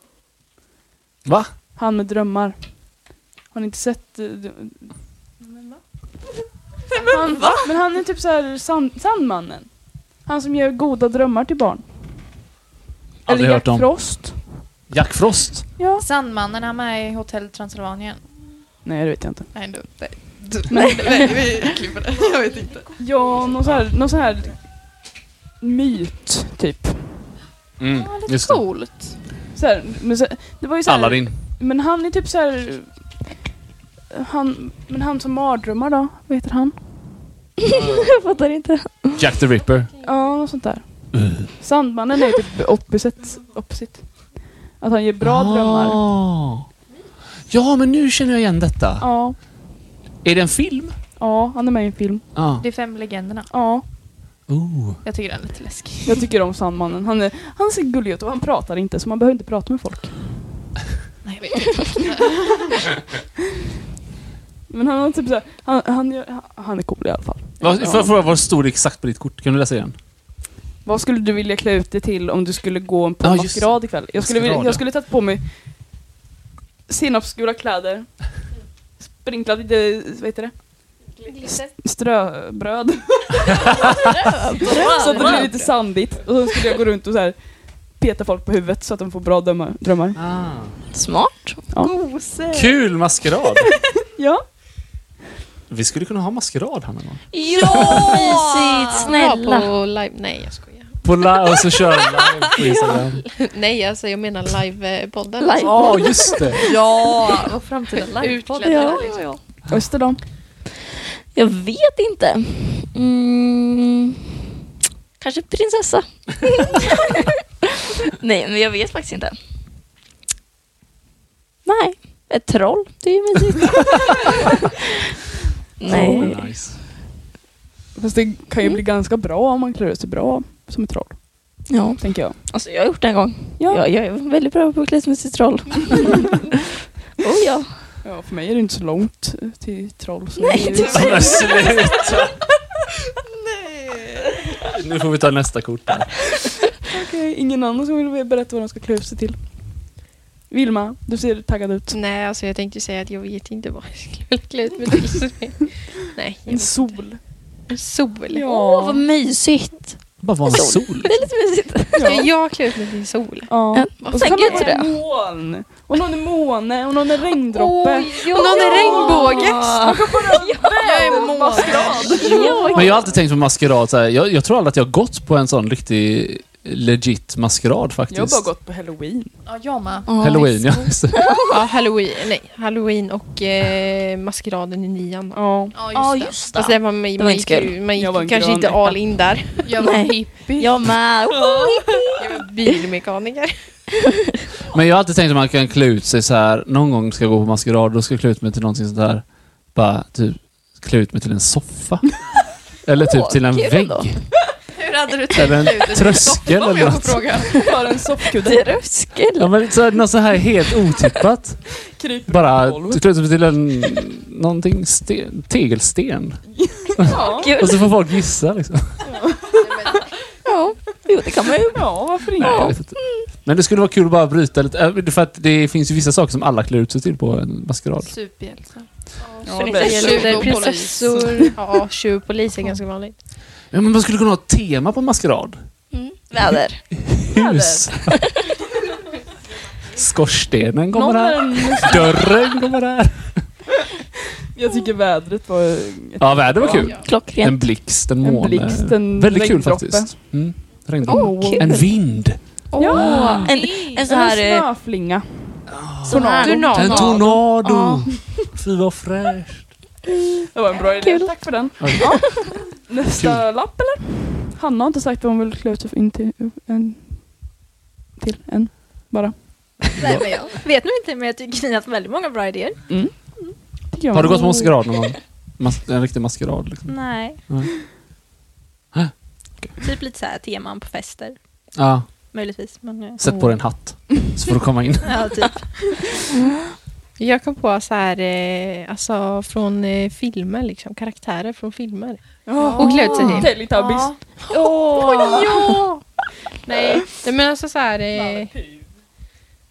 H: Va?
B: Han med drömmar. Har ni inte sett... eh, d- [laughs] Han, men han är typ så här sand, Sandmannen. Han som ger goda drömmar till barn.
D: Aldrig
B: Eller
D: hört om.
B: Jack Frost.
D: Jack Frost.
B: Ja.
C: Sandmannen, han med i Hotell Transylvanien.
B: Nej, det vet jag inte.
C: Nej, du, nej. Du, nej, nej, vi klipper det. Jag vet inte.
B: Ja, någon sån här, någon sån här myt, typ.
H: Mm.
C: Ja,
D: Just
C: lite
D: det.
C: coolt.
B: Så här, men så, det var ju så här,
H: Aladdin.
B: Men han är typ så här... Han, men han som mardrömmar då, vad heter han?
A: Jag fattar inte.
D: Jack the Ripper.
B: Ja, något sånt där. Sandmannen är ju typ opposite. opposite. Att han ger bra drömmar.
D: Ah. Ja, men nu känner jag igen detta.
B: Ja,
D: Är det en film?
B: ja, han är med i en film.
D: Ja.
C: Det är fem legenderna.
B: Ja,
D: Oh.
C: Jag tycker den är lite läskig.
B: jag tycker om Sandmannen. Han är, han ser gullig ut och han pratar inte så man behöver inte prata med folk.
C: Nej, jag vet inte.
B: Men han är typ så här, han, han, gör- han är cool i alla fall.
D: Vad,
B: Ja.
D: får jag fråga vad stod det exakt på ditt kort? Kan du läsa igen?
B: Vad skulle du vilja klä ut dig till om du skulle gå på
D: Ja,
B: en
D: just
B: maskerad ikväll? Jag skulle, vilja,
D: Maskerad,
B: jag
D: ja.
B: skulle tagit på mig sinapsgula kläder, sprinklat lite, vad heter det? [laughs] Ströbröd. så att det blir lite sandigt. Och så skulle jag gå runt och så här peta folk på huvudet så att de får bra drömmar. drömmar.
A: Smart.
D: Kul maskerad! [laughs]
B: Ja,
D: Vi skulle kunna ha maskerad här någon gång.
A: Ja! Mysigt,
E: Ja,
A: snälla.
E: på live. Nej, jag skojar.
D: På la- och så kör vi live på Instagram.
E: [laughs] Nej, alltså jag menar livepodden.
A: Live.
D: Ja, just det.
C: Ja, vår framtida livepodd.
E: Utklädd.
A: Ja.
B: öster dem.
A: Jag vet inte. Mm, kanske prinsessa. [laughs] Nej, men jag vet faktiskt inte. Nej, ett troll. Det är ju mysigt. [laughs] Nej.
D: Oh, nice.
B: Fast det kan ju bli ganska bra om man klär ut sig bra som ett troll,
A: Ja,
B: tänker jag.
A: alltså jag har gjort det en gång.
B: Ja.
A: Jag, jag är väldigt bra på att klä mig till [laughs] troll. oh ja.
B: Ja, för mig är det inte så långt till troll. Så
A: Nej,
B: det är-
A: det var-
D: Men sluta! Nu får vi ta nästa kort. här.
B: Okej, ingen annan som vill berätta vad de ska klä ut sig till? Vilma, du ser taggad ut.
E: Nej, alltså jag tänkte säga att jag vet inte vad jag skulle vilja klä ut mig till. [laughs] Nej, jag
B: En
E: vet
B: sol.
E: inte. En sol.
A: Åh, vad mysigt.
D: Bara vara en sol.
A: Det är lite mysigt.
E: Ska jag klä ut mig till sol?
B: Ja.
A: Ja,
B: Och så kan
A: tänker
B: man
A: inte
B: vara
A: det.
B: en moln. Och någon är måne och någon är regndroppe.
E: Och någon är regnbåge!
C: Jag är månad.
A: Ja,
D: Men jag har alltid tänkt på maskerad. Så här. Jag, jag tror aldrig att jag har gått på en sån riktig legit maskerad faktiskt.
B: Jag har bara gått på halloween.
C: Ja, jag med.
D: Halloween, ja. just det.
E: [laughs] Ja, halloween, nej, halloween och eh, maskeraden i nian.
B: Ja.
A: Ja,
C: Ja, just
A: just
E: Fast
A: det.
E: det var, man,
A: var
E: man gick,
A: inte kul.
E: ju- man gick
B: Jag var en
E: ju kanske
B: grön
E: inte
B: äppa.
E: all in där.
C: det. Jag var
A: Nej.
C: hippie.
A: Jag med.
E: Jag var [laughs] bilmekaniker.
D: Men jag har alltid tänkt att man kan klä ut sig så här. någon gång ska jag gå på maskerad, då ska jag klä ut mig till någonting sånt här. Bara typ klä ut mig till en soffa. Eller typ
A: Åh,
D: till en
A: kul
D: vägg.
A: ändå.
C: Hur hade du tänkt
D: Eller en
C: dig ut?
D: tröskel
C: Om
D: eller
C: jag får
D: något.
C: fråga.
B: För en soffkudde.
D: Ja
A: Tröskel.
D: men så här, något så här helt otippat.
B: Kryper
D: Bara
B: på golvet.
D: klä ut mig till en... Någonting sten, tegelsten.
B: Ja.
D: [laughs] Och så får folk gissa liksom.
A: Ja, jo det kan man ju.
B: ja, varför inte?
D: Nej, jag vet inte. Men det skulle vara kul att bara bryta lite. äh, För att det finns ju vissa saker som alla klär ut sig till på en maskerad.
C: Superhjältar.
B: Ja,
C: För det
B: bäst.
C: gäller-
E: Tjuv
C: Tjuv
E: och
C: och
E: prinsessor. Ja, tjuv och polis är ganska vanligt.
D: Ja, men man skulle kunna ha ett tema på en maskerad.
A: Väder.
D: Hus. [laughs] Skorstenen kommer
B: Någon är
D: här.
B: en,
D: Dörren kommer här.
B: jag tycker vädret var ett,
D: Ja, väder var kul. En
A: Klockrent.
D: blixt, en
B: En
D: måne.
B: blixt, en
D: Väldigt kul
B: regndroppe.
D: faktiskt. Mm. Regndroppe.
A: Åh, kul.
D: en vind.
A: Åh, en, en så här...
B: en
A: eh,
B: snöflinga.
A: sån här-
C: Tornado.
D: En
A: Ja.
D: tornado.
A: Ja.
D: Fy vad fräscht.
B: Det var en bra idé.
A: Kul.
B: Tack för den.
D: Oj.
B: [laughs] Ja. Nästa lapp eller? Hanna har inte sagt vad hon vill klä ut sig för- in till. En, till en bara.
G: Nej, men jag vet nog inte, men jag tycker ni har haft väldigt många bra idéer.
B: Tycker jag.
D: Har du gått på maskerad någon gång? Mas- en riktig maskerad liksom.
G: Nej.
D: Mm. Hä?
G: Typ lite så här teman på fester,
D: Ja.
G: möjligtvis. Men, eh,
D: Sätt på dig en hatt. Så får du komma in.
G: ja, typ.
E: Jag kom på så här, eh, alltså från eh, filmer liksom, karaktärer från filmer. Och klädd sig till.
B: Teletubbies.
C: Ja.
E: Åh ja! [laughs] Nej, nej, men alltså så här... Eh,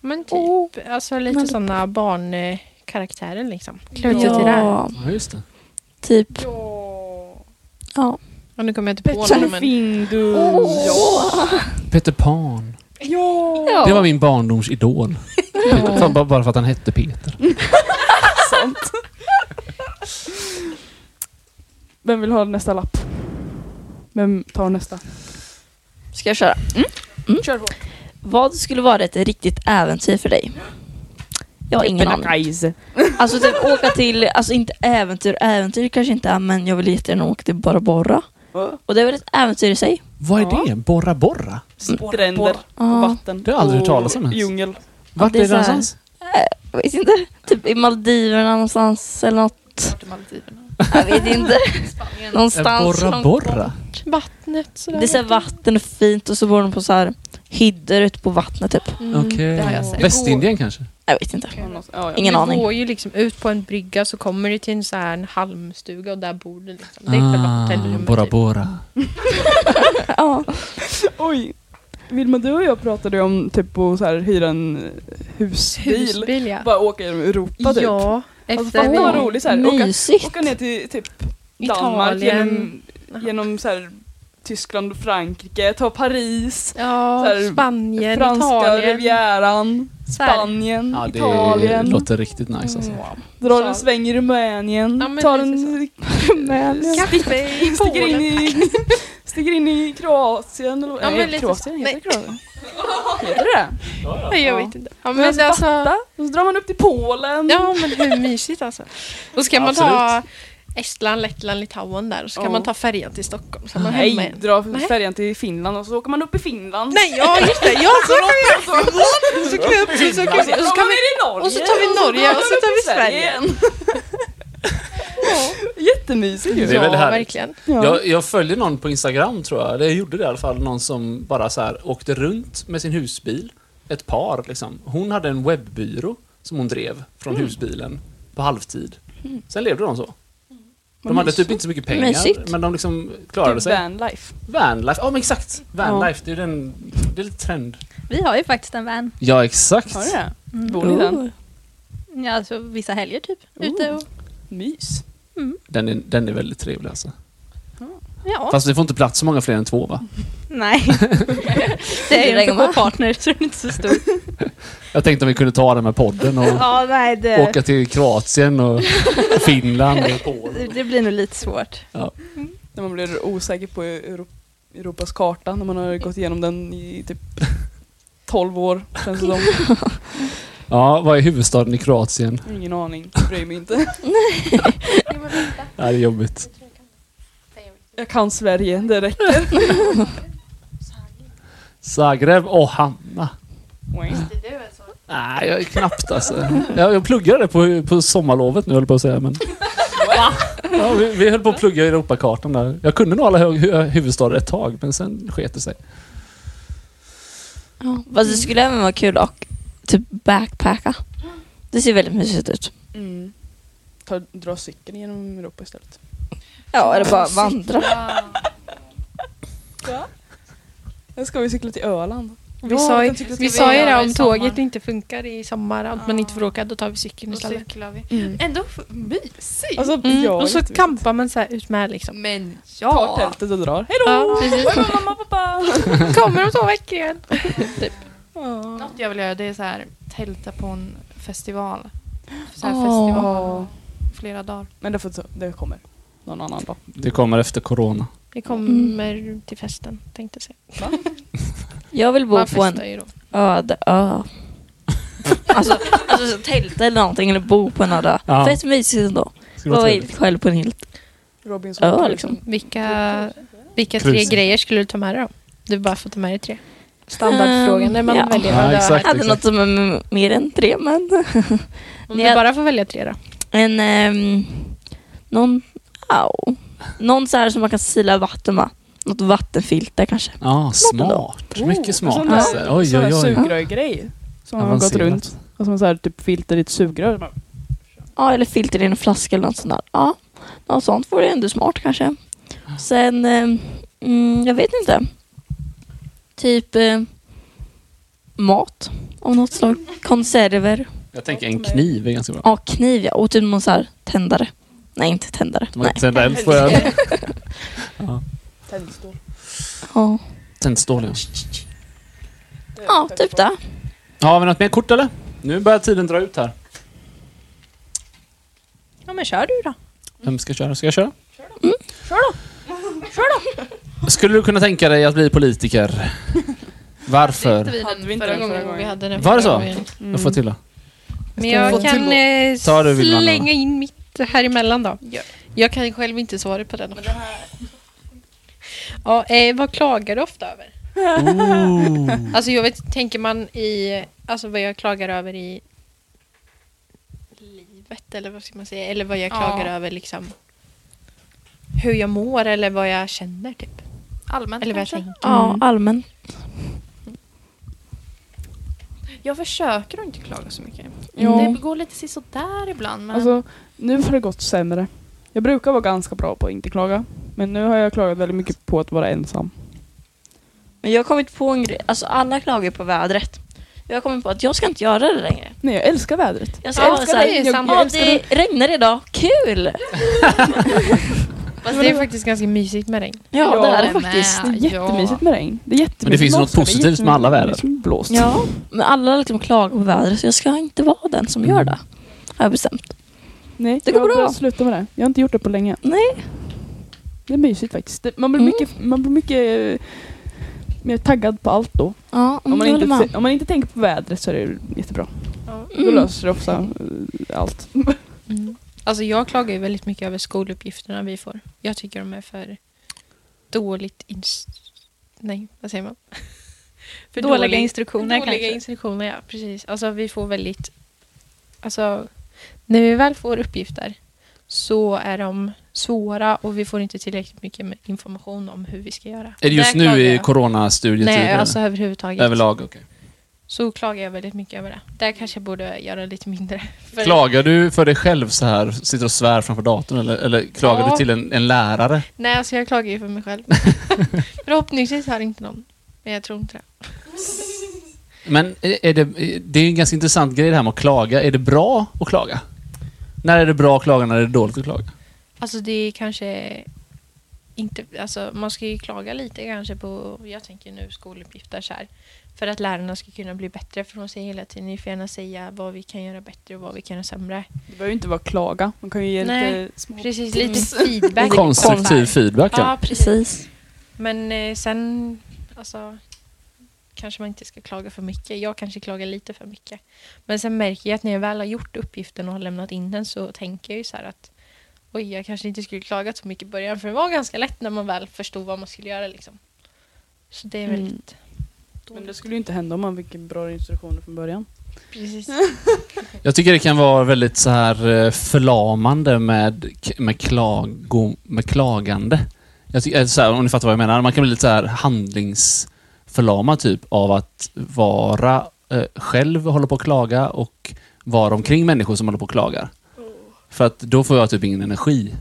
E: men typ, alltså lite sådana barnkaraktärer liksom. Klöt sig till det.
A: Ja,
D: Ja, just det.
A: typ. Ja.
E: Och nu kommer jag inte på
B: Betsson
E: någon, men...
B: Findus.
D: Peter Pan.
B: Ja!
D: Det var min barndoms idol. Peter, fan, bara- bara för att han hette Peter.
B: Vem vill ha nästa lapp? Vem tar nästa?
A: Ska jag köra? Mm.
B: Kör på.
A: Vad skulle vara ett riktigt äventyr för dig? Jag har ingen aning.
B: Kebnekaise.
A: Alltså typ åka till, alltså inte äventyr, äventyr kanske inte är, men jag vill jättegärna åka till Bara Borra.
B: Ja.
A: Och det är väl ett äventyr i sig?
D: Vad är
B: Ja.
D: det? Borra Borra?
B: Stränder.
A: Ja.
B: Och vatten.
D: Det har jag aldrig hört talas om
B: Och
D: ens.
B: Djungel.
D: Vart
A: det är
D: är det
A: så här.
D: någonstans?
A: Jag vet inte. Typ i Maldiverna någonstans eller något.
C: Vart är Maldiverna?
A: Jag vet inte. någonstans.
D: Borra
A: långt-
D: Borra?
E: Vattnet sådär.
A: Det är såhär vatten och fint och så bor de på så här hyddor ute på vattnet typ.
E: Mm.
D: Okej.
C: det har jag sett.
D: Västindien kanske?
A: Jag vet inte.
B: Ja, något- ja, ja.
A: Ingen
E: du
A: aning.
E: går ju liksom ut på en brygga så kommer du till en så här en halmstuga och där bor du liksom. Det är
A: Ah,
E: själva
B: Ah,
E: hotellrummet.
D: Borra
E: typ.
D: Borra.
A: Ja.
B: Oj! Vilma, du och jag pratade ju om typ att så här, hyra en eh, husbil.
E: Husbil ja.
B: Bara åka genom Europa typ.
E: Ja,
B: Alltså,
E: efter
B: fatta vad
E: vi-
B: roligt så här. Åka,
A: Mysigt.
B: åka ner till typ Danmark, genom,
E: Italien.
B: genom så här, Tyskland och Frankrike, ta Paris,
E: Ja,
B: Så här,
E: Spanien,
B: franska
E: Italien.
B: rivieran,
E: Så här.
B: Spanien,
D: Ja, det
B: Italien,
D: låter riktigt nice alltså.
B: drar en
E: Italien.
B: sväng i Rumänien,
E: Ja, men
B: tar
E: precis
B: en Rumänien,
E: Kaffe i
B: sticker in
E: Polen.
B: i, sticker in i Kroatien, eller
E: Ja, men
B: nej,
E: lite
B: Kroatien,
E: så.
B: heter det
E: Nej.
B: Kroatien? Heter det det?
E: Nej, Jag
B: Ja.
E: vet inte. Ja,
B: Men
E: men alltså,
B: Och så drar man upp till Polen.
E: ja men hur mysigt alltså. Och så kan man ta
D: Absolut.
E: Estland, Lettland, Litauen där och så kan
B: Ja.
E: man ta färjan till Stockholm. Så är man hemma
B: Nej,
E: igen.
B: dra
E: Nej.
B: färjan till Finland och så åker man upp i Finland.
E: Nej, ja just det! Ja, så [laughs] så kan jag så, så,
B: Och
E: kan- och så kan vi
B: till Norge.
E: och så tar vi Norge och så tar vi Sverige.
B: igen.
E: [laughs]
B: Jättemysigt ju.
D: Det är väldigt
E: Ja,
D: härligt.
E: verkligen.
B: Ja.
D: Jag, jag följer någon på Instagram tror jag. Det gjorde det i alla fall. Någon som bara så här åkte runt med sin husbil. Ett par liksom. Hon hade en webbyrå som hon drev från
B: Mm.
D: husbilen på halvtid. Sen levde de så. De hade typ inte så mycket pengar,
A: Mysigt.
D: men de liksom klarade
B: Typ
D: sig.
B: vanlife.
D: Vanlife, ja men exakt!
B: Ja.
D: Vanlife, det är ju den... Det är lite trend.
G: [laughs] Vi har ju faktiskt en van.
D: Ja, exakt!
B: Har du det?
E: Mm.
B: Bor ni i
E: Oh.
B: den?
G: Ja, alltså vissa helger typ. Ute och...
B: Mys.
D: Den är, den är väldigt trevlig alltså.
G: Ja.
D: Fast vi får inte plats så många fler än två va?
G: [laughs] Nej. det är ju en på partner så den är inte så stor.
D: Jag tänkte om vi kunde ta den med podden och
G: ja, nej
B: eh.
G: det...
D: åka till Kroatien och
B: [laughs]
D: Finland och Polen.
G: Det blir nog lite svårt.
B: När man blir osäker på Euro- Europas karta när man har gått igenom den i typ 12 år känns det som.
D: Ja, vad är huvudstaden i Kroatien?
B: Ingen aning, jag bryr mig inte.
D: Ja, det är jobbigt.
B: Jag kan Sverige, det räcker.
D: Zagreb och Hanna. Nej, jag är knappt alltså. Jag, jag pluggade på, på sommarlovet nu höll jag på att säga. Men... Ja, vi, vi höll på att plugga Europakartan där. Jag kunde nog alla hu- hu- huvudstäder ett tag, men sen sket det sig.
A: Ja. Fast det skulle även vara kul att typ backpacka. Det ser väldigt mysigt ut.
B: Mm. Ta, dra cykeln genom Europa istället.
A: Ja, eller bara vandra.
B: Jag ska vi cykla till Öland.
E: Vi,
B: Ja,
E: sa,
B: jag
E: ju-
B: tyckte att
E: vi
B: vi
E: sa ju
C: gör
E: det
C: det
E: om
C: i sommar.
E: tåget inte funkar i sommar, att man inte får åka, då tar vi cykeln
C: Då
E: istället.
C: cyklar vi.
B: Mm.
C: Ändå f- mysigt.
B: Alltså,
E: Mm.
B: ja,
E: Och så
B: jättemysigt.
E: kampar man så här ut med liksom.
C: men
B: Tar
C: ja.
B: tältet och drar.
E: Ja, precis.
B: Hej då mamma, pappa!
E: [laughs] Kommer om två veckor igen. typ.
C: Något jag vill göra det är så här tälta på en festival. Så här
A: Åh.
C: festival flera dagar.
B: Men det, får, det kommer någon annan dag.
D: Det kommer efter corona.
E: Vi
A: Mm.
E: kommer till festen, tänkte jag säga.
A: [laughs] Jag vill bo
E: Man
A: på en
E: festar ju då.
A: öde ö. alltså, alltså så tälta eller någonting eller bo på en öde ö.
D: Ja.
A: Fett mysigt ändå.
D: Ska
A: Vara helt själv på en helt
B: Robinson
A: ö
B: Crusoe.
A: liksom.
E: Vilka, vilka
D: Cruise.
E: tre grejer skulle du ta med dig då? Du bara får ta med dig tre. Standardfrågan när man
A: Mm, ja.
E: väljer
D: Ja,
E: vad du
A: Jag
D: exakt.
E: har.
A: hade något som är m- mer än tre men.
E: [laughs] Om du
A: Jag-
E: bara får välja tre då.
A: En, ehm, någon, au. Någon så här som man kan sila vatten med. Något vattenfilter kanske.
D: Ja,
A: ändå.
D: smart. Mycket smart.
B: Mm. Sån där-
D: alltså. Oj,
B: sån där
D: oj, oj.
B: sugrörgrej. Som har gått
D: Avancerat.
B: runt. Och Alltså man så här, typ filter i ett sugrör. Man-
A: Ja, eller filter i en flaska eller något sånt där. Ja, något sånt vore ändå smart kanske. Sen, eh, mm, jag vet inte. Typ eh, mat av något slag. Konserver.
I: Jag tänker en kniv är ganska bra.
A: Ja, kniv ja. Och typ någon så här tändare. Nej, inte tändare.
D: De har
A: Nej.
D: inte tända eld på ön.
B: Tändstål.
A: Ja,
D: Tändstål, ja.
A: ja typ det.
D: Har vi något mer kort eller? Nu börjar tiden dra ut här.
G: Ja, men kör du då.
D: Vem ska köra? Ska jag köra? Kör då. Kör då. Kör då. Skulle du kunna tänka dig att bli politiker?
C: Inte
D: Varför?
C: vi
B: Hade vi
C: den
B: inte
C: förra
B: den förra
C: gången vi
B: gången?
C: hade den
D: Var det
C: förra
D: så?
C: gången.
D: Jag får till då.
E: Men jag
B: Få
E: kan
B: till-
E: eh,
D: Ta du, Vilma, nu.
E: slänga in mitt här emellan då.
C: Gör
E: Jag kan själv inte svara på den. Ja, eh, vad klagar du ofta över? Alltså jag vet, tänker man i, alltså vad jag klagar över i livet eller vad ska man säga? Eller vad jag
C: Ja.
E: klagar över liksom hur jag mår eller vad jag känner typ.
C: Allmänt
E: Eller vad jag
C: kanske?
E: tänker.
A: Ja, allmänt.
C: Jag försöker att inte klaga så mycket.
B: Ja.
C: Det går lite sisådär ibland. Men...
B: Alltså, nu har det gått sämre. Jag brukar vara ganska bra på att inte klaga. Men nu har jag klagat väldigt mycket på att vara ensam.
A: Men jag har kommit på en grej. Alltså alla klagar på vädret. Jag har kommit på att jag ska inte göra det längre.
B: Nej, jag älskar vädret.
A: Jag ska
E: Ja,
A: vara
E: ska
A: så här,
E: det är sant.
A: ja,
E: Jag
A: det regnar idag. Kul!
E: Fast Alltså, det är faktiskt ganska mysigt med regn.
A: Ja,
B: Ja,
A: det är det
C: men-
A: faktiskt.
B: Alltså, Det är jättemysigt med regn. Det är jättemysigt
D: Men det finns
B: med
D: något
B: åska, det är
D: positivt med
B: jättemysigt-
D: alla väder.
B: det är som Blåst.
A: Ja, men alla liksom klagar på vädret så jag ska inte vara den som gör det. Har jag bestämt.
B: Nej,
A: Det går
B: jag
A: bra.
B: börjar sluta med det. Jag har inte gjort det på länge.
A: Nej.
B: Det är mysigt faktiskt. Det, man, blir
A: Mm.
B: mycket, man blir mycket eh, mer taggad på allt då.
A: Ja,
B: Om man,
A: jag Mm, håller
B: inte,
A: med.
B: se- om man inte tänker på vädret så är det ju jättebra. Då
A: Mm.
B: löser det ofta eh, allt.
E: Alltså jag klagar ju väldigt mycket över skoluppgifterna vi får. Jag tycker de är för dåligt ins- Nej, vad säger man? För
G: Dåliga
E: dålig-
G: instruktioner
E: dåliga
G: kanske.
E: instruktioner, ja. Precis. Alltså vi får väldigt... Alltså, när vi väl får uppgifter så är de svåra och vi får inte tillräckligt mycket med information om hur vi ska göra.
D: Är det just
E: Där Mm. klagar
D: nu i
E: jag.
D: coronastudietider?
E: Nej,
D: eller?
E: alltså överhuvudtaget.
D: Överlag, okej.
E: Så klagar jag väldigt mycket över det. Där kanske jag borde göra lite mindre. För-
D: Klagar du för dig själv så här, sitter och svär framför datorn eller, eller klagar
E: Ja.
D: du till en, en lärare?
E: Nej, alltså jag klagar ju för mig [laughs] själv. Förhoppningsvis hör inte någon. Men jag tror inte det.
D: Men är är det, det är ju en ganska intressant grej det här med att klaga. Är det bra att klaga? När är det bra att klaga, när är det dåligt att klaga?
E: Alltså det är kanske inte... Alltså man ska ju klaga lite kanske på, jag tänker nu skoluppgifter så här. För att lärarna ska kunna bli bättre. För de säger hela tiden, ni får gärna säga vad vi kan göra bättre och vad vi kan göra sämre.
B: Det behöver ju inte vara klaga. Man kan ju ge
E: Nej.
B: lite små...
E: Precis, lite feedback.
D: Konstruktiv feedback, ja.
E: Ja, precis.
A: Precis.
E: Men eh, sen, alltså, kanske man inte ska klaga för mycket. Jag kanske klagar lite för mycket. Men sen märker jag att när jag väl har gjort uppgiften och har lämnat in den så tänker jag ju så här att oj, jag kanske inte skulle klagat så mycket i början för det var ganska lätt när man väl förstod vad man skulle göra liksom. Så det är
B: Mm.
E: väldigt
B: Men det skulle ju inte hända om man fick bra instruktioner från början. [laughs]
E: Precis.
D: Jag tycker det kan vara väldigt så här eh, förlamande med, k- med, klago, med klagande. Jag tycker, eh, så här, om ni fattar vad jag menar. Man kan bli lite så här handlingsförlamad typ av att vara eh, själv och hålla på och klaga och vara omkring människor som håller på och klagar. För att då får jag typ ingen energi.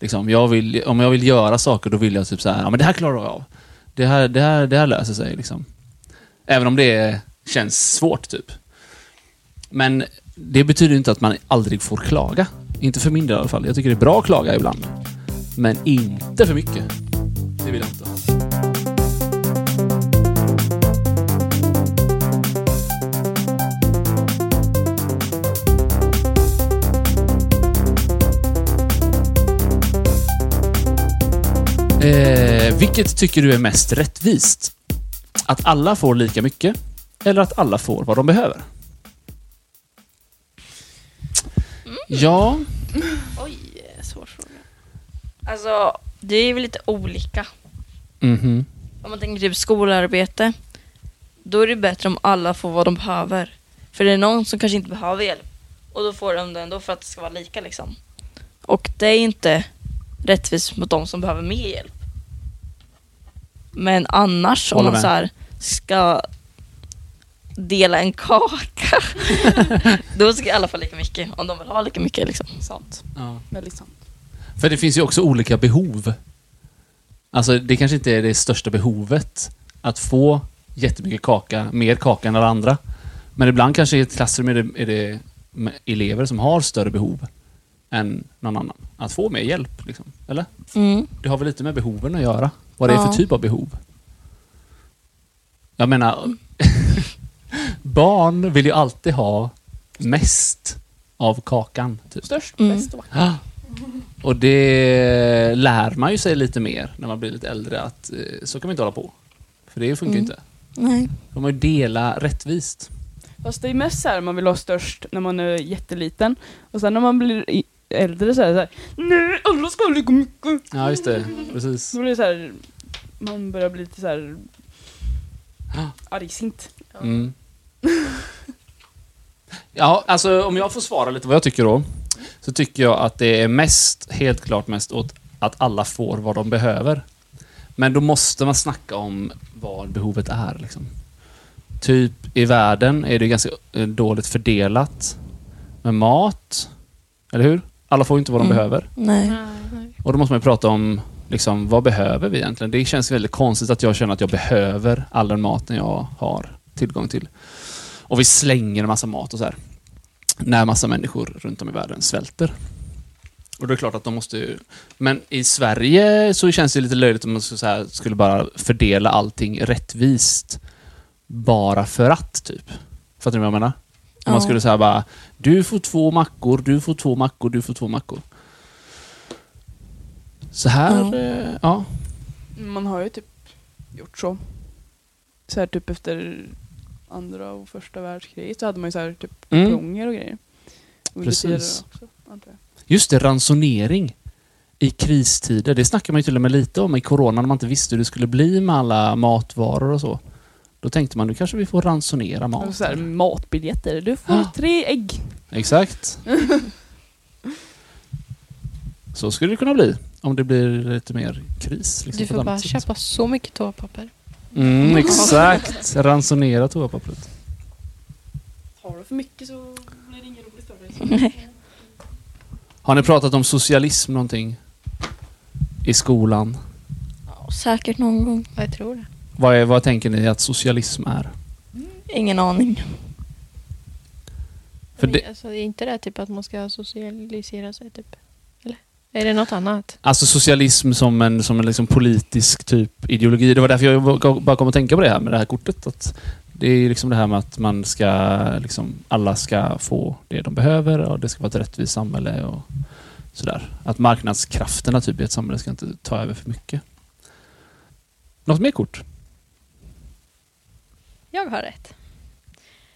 D: Liksom, jag vill, om jag vill göra saker då vill jag typ så här, ja men det här klarar jag av. Det här, det här, det här löser sig liksom. Även om det känns svårt typ. Men det betyder ju inte att man aldrig får klaga. Inte för min del i alla fall. Jag tycker det är bra att klaga ibland. Men inte för mycket. Det vill jag inte. Eh, vilket tycker du är mest rättvist? Att alla får lika mycket eller att alla får vad de behöver? Ja,
C: Oj, svår fråga.
A: Alltså, det är väl lite olika.
D: mhm.
A: Om man tänker typ skolarbete, då är det bättre om alla får vad de behöver. För det är någon som kanske inte behöver hjälp och då får de det ändå för att det ska vara lika liksom. Och det är inte rättvist mot de som behöver mer hjälp. Men annars om
D: Håller
A: man
D: med.
A: så här ska dela en kaka. [laughs] Då ska i alla fall lika mycket, om de vill ha lika mycket. Liksom.
B: Sant.
D: Ja.
B: Väldigt sant.
D: För det finns ju också olika behov. Alltså det kanske inte är det största behovet att få jättemycket kaka, mer kaka än alla andra. Men ibland kanske i ett klassrum är det, är det med elever som har större behov än någon annan. Att få mer hjälp, liksom. eller?
A: Mm.
D: Det har väl lite med behoven att göra? Vad det är
A: Ja.
D: för typ av behov? Jag menar, [laughs] barn vill ju alltid ha mest av kakan. Typ.
B: Störst,
A: Mm.
B: bäst och vackrast.
D: Ja. [gasps] Och det lär man ju sig lite mer när man blir lite äldre att eh, så kan man inte hålla på. För det funkar ju
A: Mm.
D: inte.
A: Nej.
D: Får man ju dela rättvist.
B: Fast det är mest så här man vill ha störst när man är jätteliten. Och sen när man blir i- äldre så är det så här, nej alla ska ha lika mycket.
D: Ja, just det. Precis.
B: Då blir det så här, man börjar bli lite så [gasps] här
D: Ja.
B: argsint.
D: Mm. [laughs] Ja, alltså om jag får svara lite vad jag tycker då. Så tycker jag att det är mest, helt klart mest åt att alla får vad de behöver. Men då måste man snacka om vad behovet är. Liksom. Typ i världen är det ganska eh, dåligt fördelat med mat. Eller hur? Alla får ju inte vad de
A: Mm.
D: behöver.
A: Nej.
D: Och då måste man ju prata om liksom, vad behöver vi egentligen? Det känns väldigt konstigt att jag känner att jag behöver all den maten jag har tillgång till. Och vi slänger en massa mat och så här. När massa människor runt om i världen svälter. Och det är klart att de måste ju... Men i Sverige så känns det lite löjligt om man skulle, så här, skulle bara fördela allting rättvist. Bara för att, typ. Fattar ni vad jag menar? Om
A: Ja.
D: man skulle säga bara, du får två mackor, du får två mackor, du får två mackor. Så här,
A: Ja.
D: eh, ja.
B: Man har ju typ gjort så. Så här typ efter andra och första världskriget så hade man ju så här typ
D: Mm.
B: prånger och grejer. Och
D: Precis.
B: lutherer Också, antar jag.
D: Just det, ransonering. I kristider, det snackar man ju till och med lite om i corona när man inte visste hur det skulle bli med alla matvaror och så. Då tänkte man, nu kanske vi får ransonera
B: Och
D: mat.
B: så här, matbiljetter, du
D: [gasps]
B: får
D: Ja.
B: tre ägg.
D: Exakt. Så skulle det kunna bli om det blir lite mer kris. liksom,
E: Du
D: på
E: får
D: ett
E: bara
D: annat sätt.
E: köpa så mycket toapapper.
D: Mm, exakt. Ransonera toapappret.
B: Har du för mycket så blir det inget roligt för dig.
E: [laughs]
D: Har ni pratat om socialism någonting? I skolan?
A: Ja, Säkert någon gång.
E: Ja, Jag tror det.
D: Vad, är, vad tänker ni att socialism är?
A: Ingen aning.
D: För
E: Men
D: det-
E: Alltså, det är inte det typ att man ska socialisera sig typ? Eller? Är det något annat?
D: Alltså socialism som en, som en liksom politisk typ ideologi. Det var därför jag var- bara kom att tänka på det här med det här kortet. Att det är ju liksom det här med att man ska, liksom, alla ska få det de behöver och det ska vara ett rättvist samhälle och sådär. Att marknadskrafterna typ i ett samhälle ska inte ta över för mycket. Något mer kort?
G: Jag har rätt.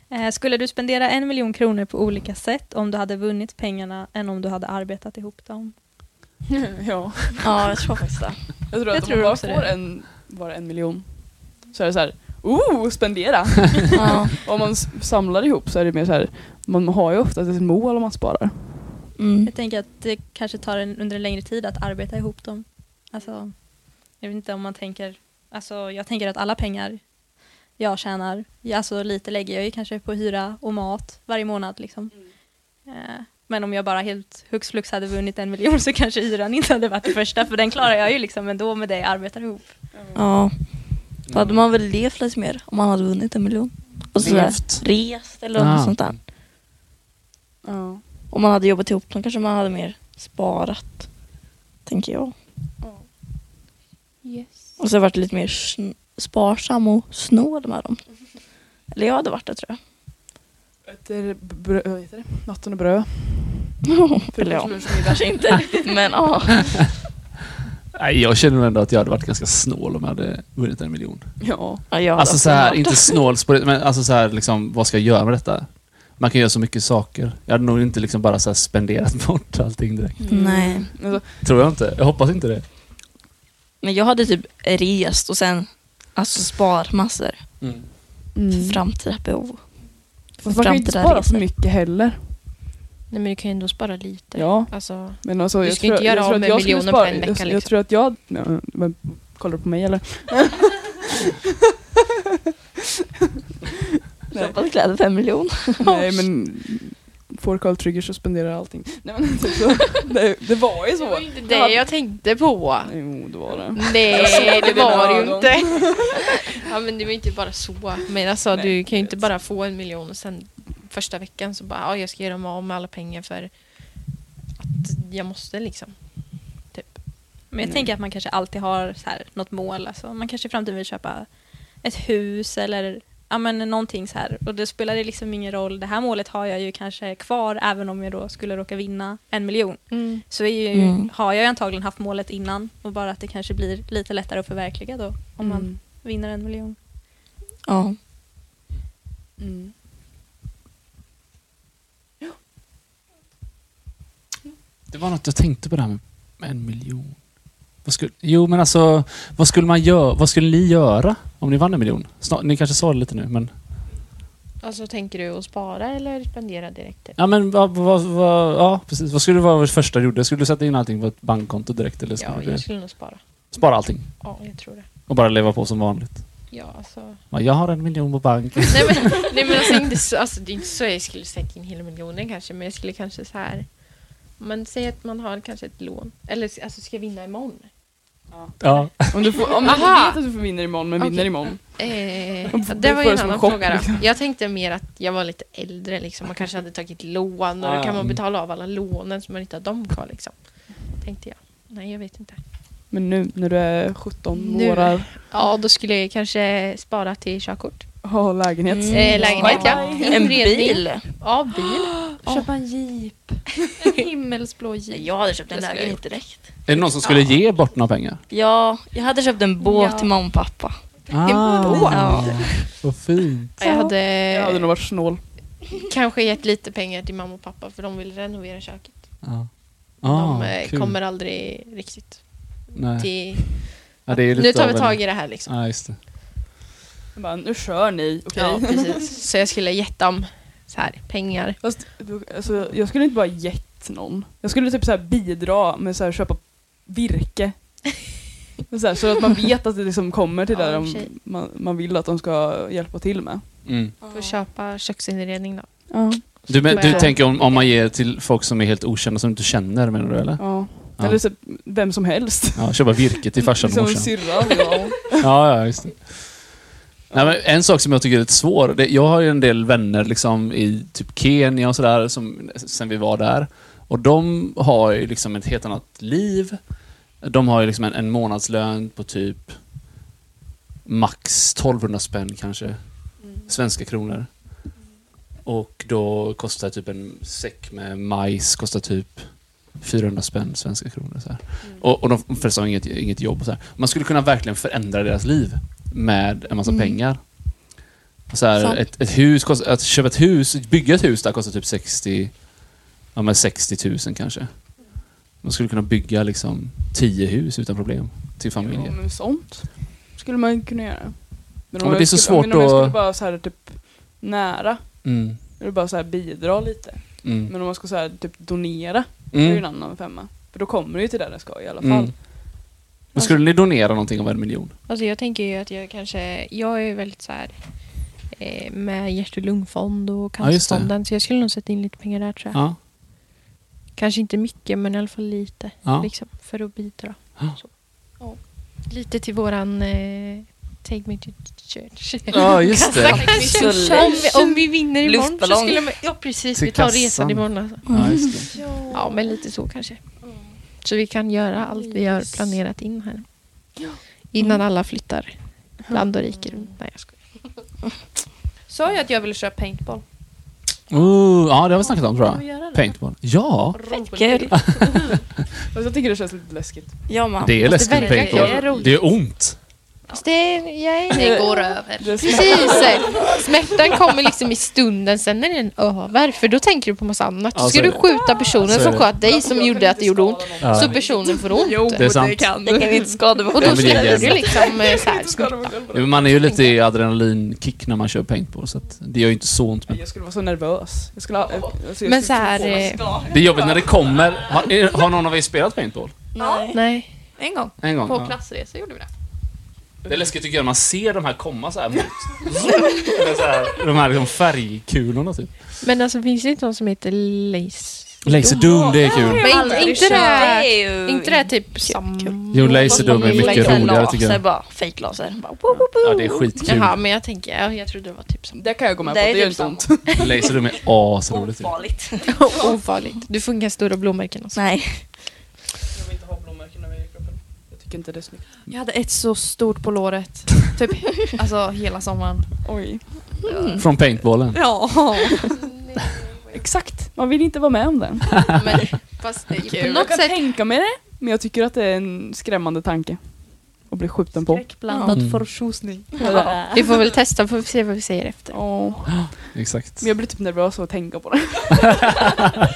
G: Eh, Skulle du spendera en miljon kronor på olika sätt om du hade vunnit pengarna än om du hade arbetat ihop dem?
B: ja.
A: Ja, jag tror faktiskt det.
B: Jag tror
E: Jag
B: att
E: tror
B: om man
E: också
B: bara får
E: det.
B: en, bara en miljon så är det så här, oh,
E: [laughs]
B: spendera.
A: Ja.
B: om man s- samlar ihop så är det mer så här, man har ju oftast ett mål om man sparar.
A: Mm.
G: Jag tänker att det kanske tar en, under en längre tid att arbeta ihop dem. Alltså, jag vet inte om man tänker... Alltså, jag tänker att alla pengar jag tjänar, ja, alltså lite lägger jag ju kanske på hyra och mat varje månad. Liksom. Eh, Men om jag bara helt hux flux hade vunnit en miljon så kanske hyran inte hade varit det första, för den klarar jag ju liksom ändå med det jag arbetar ihop.
A: Ja. Då hade man väl levt lite mer om man hade vunnit en miljon. Och sådär.
D: Levt.
A: Rest eller
D: Ah.
A: något sånt där.
B: Ja.
A: Om man hade jobbat ihop dem kanske man hade mer sparat. Tänker jag.
E: Yes.
A: Och så varit lite mer sn- sparsam och snål med dem. Eller jag hade varit det tror jag. [laughs]
B: Ett eh, brö- vad heter det? Natten och bröd.
A: eller ja,
B: Frukostmiddag.
A: kanske inte riktigt men ja.
D: Nej, jag känner nog ändå att jag hade varit ganska snål om jag hade vunnit en miljon.
B: [laughs] Ja.
A: ja jag hade
D: Alltså
A: också
D: så här,
A: varit.
D: inte snål, på det, men alltså så här, liksom, vad ska jag göra med detta? Man kan göra så mycket saker. Jag hade nog inte liksom bara så här spenderat [laughs] bort allting direkt.
A: Nej.
B: Alltså,
D: Tror jag inte. Jag hoppas inte det.
A: Men jag hade typ rest och sen alltså sparmassor
E: Mm.
B: Mm.
A: för framtida behov.
B: Fast man kan ju inte
A: framtida
B: spara
A: resor.
B: för
E: liksom.
B: mycket heller.
E: Nej men du kan ju ändå spara lite.
B: Ja.
E: Alltså,
B: Men alltså,
E: Du
B: jag
E: ska
B: tror,
E: inte göra
B: jag tror
E: av
B: att
E: med
B: jag skulle
E: miljonen
B: spara-
E: på en
B: jag-
E: vecka,
B: Jag
E: liksom.
B: tror att jag... Ja, men,
E: [laughs]
B: kollar du på mig eller?
A: Så jag kläder för en miljon.
B: Nej men får Carl Trigger så spenderar jag allting. Nej men typ så. [laughs] Det, det var ju
E: Det
B: så.
E: var ju inte det jag tänkte på.
B: Jo det var det.
E: Nej, det
B: dina
E: var det ju
B: ögon.
E: inte. [laughs] Ja, men det var ju inte bara så. Men
B: Nej,
E: alltså, du kan ju
B: jag
E: inte
B: vet.
E: bara få en miljon och sen första veckan så bara, ja, jag ska göra mig av med alla pengar för att jag måste liksom.
G: Men jag
B: Mm.
G: tänker att man kanske alltid har så här, något mål. Alltså, man kanske i framtiden vill köpa ett hus eller ja, men någonting så här. Och då spelar det liksom ingen roll. Det här målet har jag ju kanske kvar även om jag då skulle råka vinna en miljon. Så är ju,
A: Mm.
G: har jag ju antagligen haft målet innan och bara att det kanske blir lite lättare att förverkliga då om man vinner en miljon.
A: Ja.
B: Mm.
D: Det var något jag tänkte på det här med- med en miljon. Vad skulle, jo, men alltså, vad skulle, man göra, vad skulle ni göra om ni vann en miljon? Snart, ni kanske sa det lite nu, men...
E: Alltså, tänker du att spara eller spendera direkt?
D: Ja, men vad, vad, vad, ja, precis. vad skulle det vara det första du gjorde? Skulle du sätta in allting på ett bankkonto direkt? Eller skulle
E: Ja,
D: du
E: jag skulle nog spara.
D: spara allting
E: Ja, jag tror det.
D: och bara leva på som vanligt?
E: Ja, alltså.
D: Ja, jag har en miljon på banken.
E: [laughs] Nej, men, nej, men alltså, inte så, alltså, det är inte så jag skulle sätta in hela miljonen kanske, men jag skulle kanske så här. Man säger att man har kanske ett lån, eller alltså ska vinna imorgon.
D: Ja.
B: Om du, får, om du
E: Aha!
B: vet att du får vinner imorgon men
E: Okej.
B: vinner imorgon.
E: Eh,
B: Jag
E: det var ju
B: får det
E: en
B: som en
E: annan
B: chock,
E: fråga då.
B: liksom.
E: Jag tänkte mer att jag var lite äldre liksom. Man kanske hade tagit lån och
D: Ah,
E: då kan
D: mm.
E: man betala av alla lånen så man inte har dem kvar liksom. Tänkte jag. Nej, jag vet inte.
B: Men nu när du är 17
E: Nu.
B: månader
E: Ja, då skulle jag kanske spara till körkort.
B: har lägenhet.
E: Eh, lägenhet, ja.
A: En
E: Inredning.
A: bil.
E: Ja, bil.
C: Köpa en jeep. En himmelsblå jeep.
A: Jag hade köpt en
C: Det skulle jag
A: lägenhet direkt.
D: Är det någon som skulle ge bort några pengar?
A: Ja, jag hade köpt en båt
E: Ja.
A: till mamma och pappa.
D: Ah,
A: Ja.
D: vad fint.
E: Jag hade,
B: Jag hade nog varit snål.
E: kanske gett lite pengar till mamma och pappa för de vill renovera köket.
D: Ja.
E: de eh,
D: Ah, kul.
E: kommer aldrig riktigt
D: Nej.
E: till...
D: Ja, det är lite
E: nu tar
D: av
E: vi
D: en-
E: tag i det här liksom.
D: Ja, just det.
B: Jag bara, nu kör ni, okej?
E: Ja, precis. Så jag skulle gett dem så här, pengar.
B: Fast, du- alltså, jag skulle inte bara gett någon. Jag skulle typ så här bidra med så här köpa
E: [laughs]
B: virke. så, här, så att man vet att det liksom kommer till
E: Ja,
B: det
E: i och för
B: de,
E: sig.
B: man, man vill att de ska hjälpa till med.
D: Mm.
E: Får köpa köksinredning då.
B: Ja.
D: Du, men, du
E: Men-
D: tänker om, om man ger till folk som är helt okända som du inte känner, menar du eller?
B: ja.
D: Ja.
B: Eller så, vem som helst.
D: Ja, köpa virke till farsan och
B: Som en
D: morsan.
B: syrra. Ja.
D: Ja, ja, just det. Nej, men en sak som jag tycker är lite svår, det, jag har ju en del vänner liksom, i typ Kenya och sådär, som- sen vi var där. Och de har ju liksom ett helt annat liv. De har ju liksom en, en månadslön på typ max 1200 spänn kanske,
A: Mm.
D: svenska kronor. Och då kostar typ en säck med majs kostar typ 400 spänn svenska kronor. Så här.
A: Mm.
D: Och, och de flesta har inget, inget jobb. Och så här. Man skulle kunna verkligen förändra deras liv med en massa
A: Mm.
D: pengar. Så här,
A: Sant.
D: ett, ett hus kost, att köpa ett hus, bygga ett hus där kostar typ 60, ja, men 60 000 kanske. Man skulle kunna bygga liksom 10 hus utan problem till familjen.
B: Ja, men sånt skulle man kunna göra. Men,
D: Ja, men det är så
B: skulle,
D: svårt
B: men om jag skulle
D: att-
B: bara så här typ nära,
D: Mm,
B: eller bara så här bidra lite.
D: mm,
B: Men om man ska så här typ donera, då är det ju en
D: mm,
B: annan femma. För då kommer det ju till där det ska i alla fall.
D: mm. Men skulle ni donera någonting av en miljon?
E: Alltså jag tänker ju att jag kanske, jag är ju väldigt så här eh, med hjärt och lungfond och
D: Ja, just det.
E: cancerfonden så jag skulle nog sätta in lite pengar där tror jag.
D: Ja.
E: Kanske inte mycket men i alla fall lite
D: Ja.
E: liksom, för att bidra.
D: Ja.
E: Så. Lite till våran eh, Take me to church. [laughs]
D: Ja, just det.
E: om, vi, om vi vinner imorgon så
A: Luftballong.
E: skulle man, ja precis,
D: Till
E: vi tar
D: kassan.
E: resan imorgon alltså.
D: Ja, just det.
E: Ja men lite så kanske. Så vi kan göra allt vi har planerat in här. Innan alla flyttar land och rike runt. Nej jag skojar.
C: Sa jag att jag ville köra paintball?
D: Oh, ja, det har vi snackat om tror
C: Får vi
D: jag.
C: göra det?
D: Paintball. Ja,
A: Kul.
B: Fast jag tycker det känns lite läskigt.
A: Jag med.
D: det är
E: Fast det
D: läskigt med
E: verkar-
D: paintball.
E: det är roligt.
D: Det är ont.
E: Fast det är, jag är
C: Det går över.
B: Det är smärta.
E: Precis! Smärtan kommer liksom i stunden, sen är den över. För då tänker du på massa annat.
D: Ja,
E: Då
D: så
E: ska
D: är
E: du
D: det.
E: skjuta personen
D: Så är
E: som
D: det.
E: sköt dig som
B: Jag kan
E: gjorde att
B: inte
E: det gjorde
B: skada
E: ont.
B: någon.
E: Så personen får ont.
B: Jo,
D: Det är sant.
B: kan
A: Det kan vi inte skada
E: Och
A: med.
D: Ja,
E: då
D: men det är
E: känner du
D: jävla-
E: liksom eh, så här,
B: skada mig själv på det.
D: Men man är ju lite i adrenalinkick när man kör paintball, så att det gör ju inte så ont. Men
B: Jag skulle vara så nervös. Jag skulle, ha- alltså, jag skulle
E: Men så här, eh,
D: det är jobbigt när det kommer. Har, är- har någon av er spelat paintball?
A: Nej.
E: Nej.
C: En gång.
D: En gång?
C: På
D: Ja.
C: klassresa gjorde vi det.
J: Det är läskigt tycker jag när man ser de här komma så här mot. Eller så här, de här liksom färgkulorna typ.
E: Men alltså finns det inte någon som heter Lace?
D: Laserdum, det är kul.
E: Men
C: Alla
E: inte, inte
C: kör.
E: det
C: Det
E: här...
C: är ju...
E: Inte det här typ samma...
D: Jo, Laserdum är mycket
C: Laser,
D: roligare tycker jag.
C: Bara, fake laser. Bara,
J: Ja, det är skitkul.
E: Jaha, men jag tänker, ja, jag trodde det var typ samma.
B: Det kan jag gå med
C: Det
B: på,
C: är
B: det gör
C: typ
B: inte ont.
J: Laserdum är asroligt. typ.
C: Ofarligt.
E: Ofarligt. Du får inga stora blåmärken alltså.
C: Nej.
B: Jag vill inte ha blåmärken över kroppen. Jag tycker inte det är snyggt.
K: Jag hade ett så stort på låret. Typ alltså hela sommaren.
B: Oj.
D: Från paintballen.
L: Ja.
B: Exakt, man vill inte vara med om den.
E: Men, fast det är kul.
B: Jag kan tänka mig det, men jag tycker att det är en skrämmande tanke. Att bli skjuten på.
L: Blandad
D: Mm.
L: förtjusning.
B: Ja.
E: Vi får väl testa, får vi se vad vi säger efter.
B: Åh.
D: Exakt.
B: Men jag blir typ nervös av att tänka på det.
D: [laughs]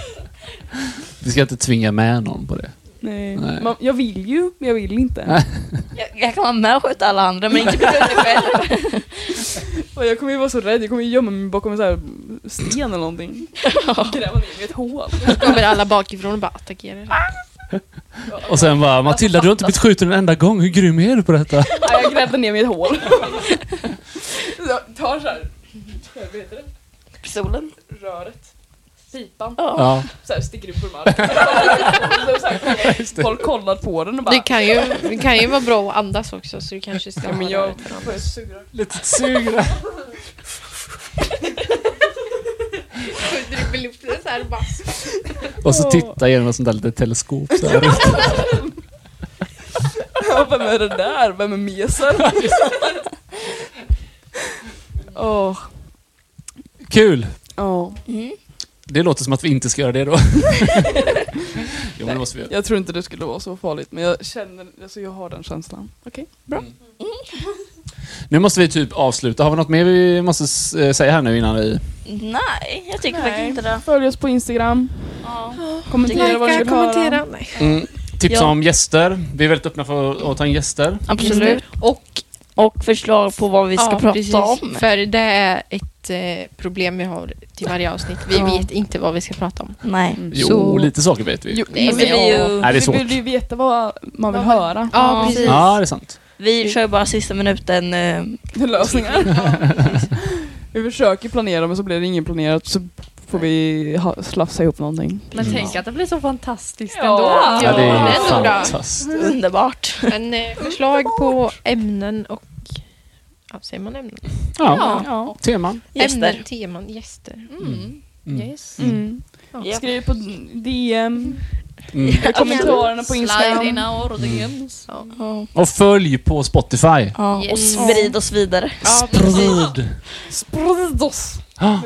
D: Vi ska inte tvinga med någon på det.
B: Nej.
D: Nej.
B: Man, jag vill ju, men jag vill inte.
C: Jag, jag kan vara med och skjuta alla andra men inte bli skjuten själv.
B: Och jag kommer ju vara så rädd, jag kommer ju gömma mig bakom en sån här sten eller någonting. [laughs] Gräva ner mig i ett hål.
E: Då kommer alla bakifrån och bara attackerar.
D: Och sen bara, Matilda du har inte blivit skjuten en enda gång, hur grym är du på detta?
B: Nej, jag grävde ner mig i ett hål. Så Jag tar så här, vad heter det?
C: Pistolen.
B: Röret. Pipan.
D: Ja.
B: Så här sticker ut på marken. [laughs] Så- så här kollar- Folk kollar på den och bara...
E: Det kan ju, det kan ju vara bra att andas också så du kanske ska
B: Ja,
E: ha
B: men
E: det
B: jag
E: rätt för
B: får
E: andra.
B: jag sugrör.
D: Lite sug där.
E: Dribbel upp det så här och bara...
D: Och så titta genom ett sånt där litet teleskop så här.
B: [laughs] Ja, vem är det där? Vem är mesen? [laughs] Åh,
D: Kul!
B: åh.
D: Det låter som att vi inte ska göra det då. jo men det måste vi göra.
B: Jag tror inte det skulle vara så farligt, men jag känner, alltså jag har den känslan. Okej, bra.
D: Nu måste vi typ avsluta. Har vi något mer vi måste s- eh, säga här nu innan vi...
C: Nej, jag tycker faktiskt inte det.
B: Följ oss på Instagram,
C: Ja.
B: kommentera vad ni vill höra.
E: kommentera. Nej.
D: Mm, tipsa
A: Ja.
D: om gäster. Vi är väldigt öppna för att ta in gäster.
A: Absolut. Och, och förslag på vad vi ska
E: Ja,
A: prata
E: precis.
A: om.
E: För det är ett eh, problem vi har till varje avsnitt. Vi
A: Ja.
E: vet inte vad vi ska prata om.
A: Nej.
D: Jo,
E: Så-
D: lite saker vet vi.
B: Jo,
E: Det är
B: men-
C: Vi vill ju,
D: Nej, det är
B: Vi
D: svårt.
B: vill ju veta vad man vill
E: Vad man-
B: höra.
E: Ja,
A: Ja.
E: precis.
D: Ja, det är sant.
A: Vi kör ju bara sista minuten. eh,
B: [laughs] Lösningar. [laughs] Vi försöker planera, men så blir det ingen planerat. Så får vi ha, slafsa ihop någonting.
E: Men
D: tänk
E: att det blir så fantastiskt
B: ändå. Ja,
D: Ja, det
E: det
D: är
E: är nog bra.
D: fantastiskt.
A: Underbart.
E: Men eh, förslag på ämnen och... Ja, säger man ämnen?
D: Ja,
B: Ja.
D: teman.
A: Gäster.
E: Ämnen, teman, gäster.
A: Mm.
D: Mm.
E: Yes.
B: Mm.
A: Japp.
B: Skriv på DM,
D: Mm.
B: kommentarerna på
C: Slide
B: Instagram.
C: in our DMs.
A: Ja.
D: Och följ på Spotify.
A: Ja, Och
E: Yes.
A: sprid oss vidare.
E: Ja,
D: Sprid.
B: Sprid oss!
D: Ah,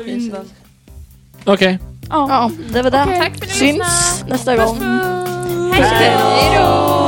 D: Okej.
A: Ja, det var det.
E: Tack för att ni
A: Syns nästa gång.
E: Hej då!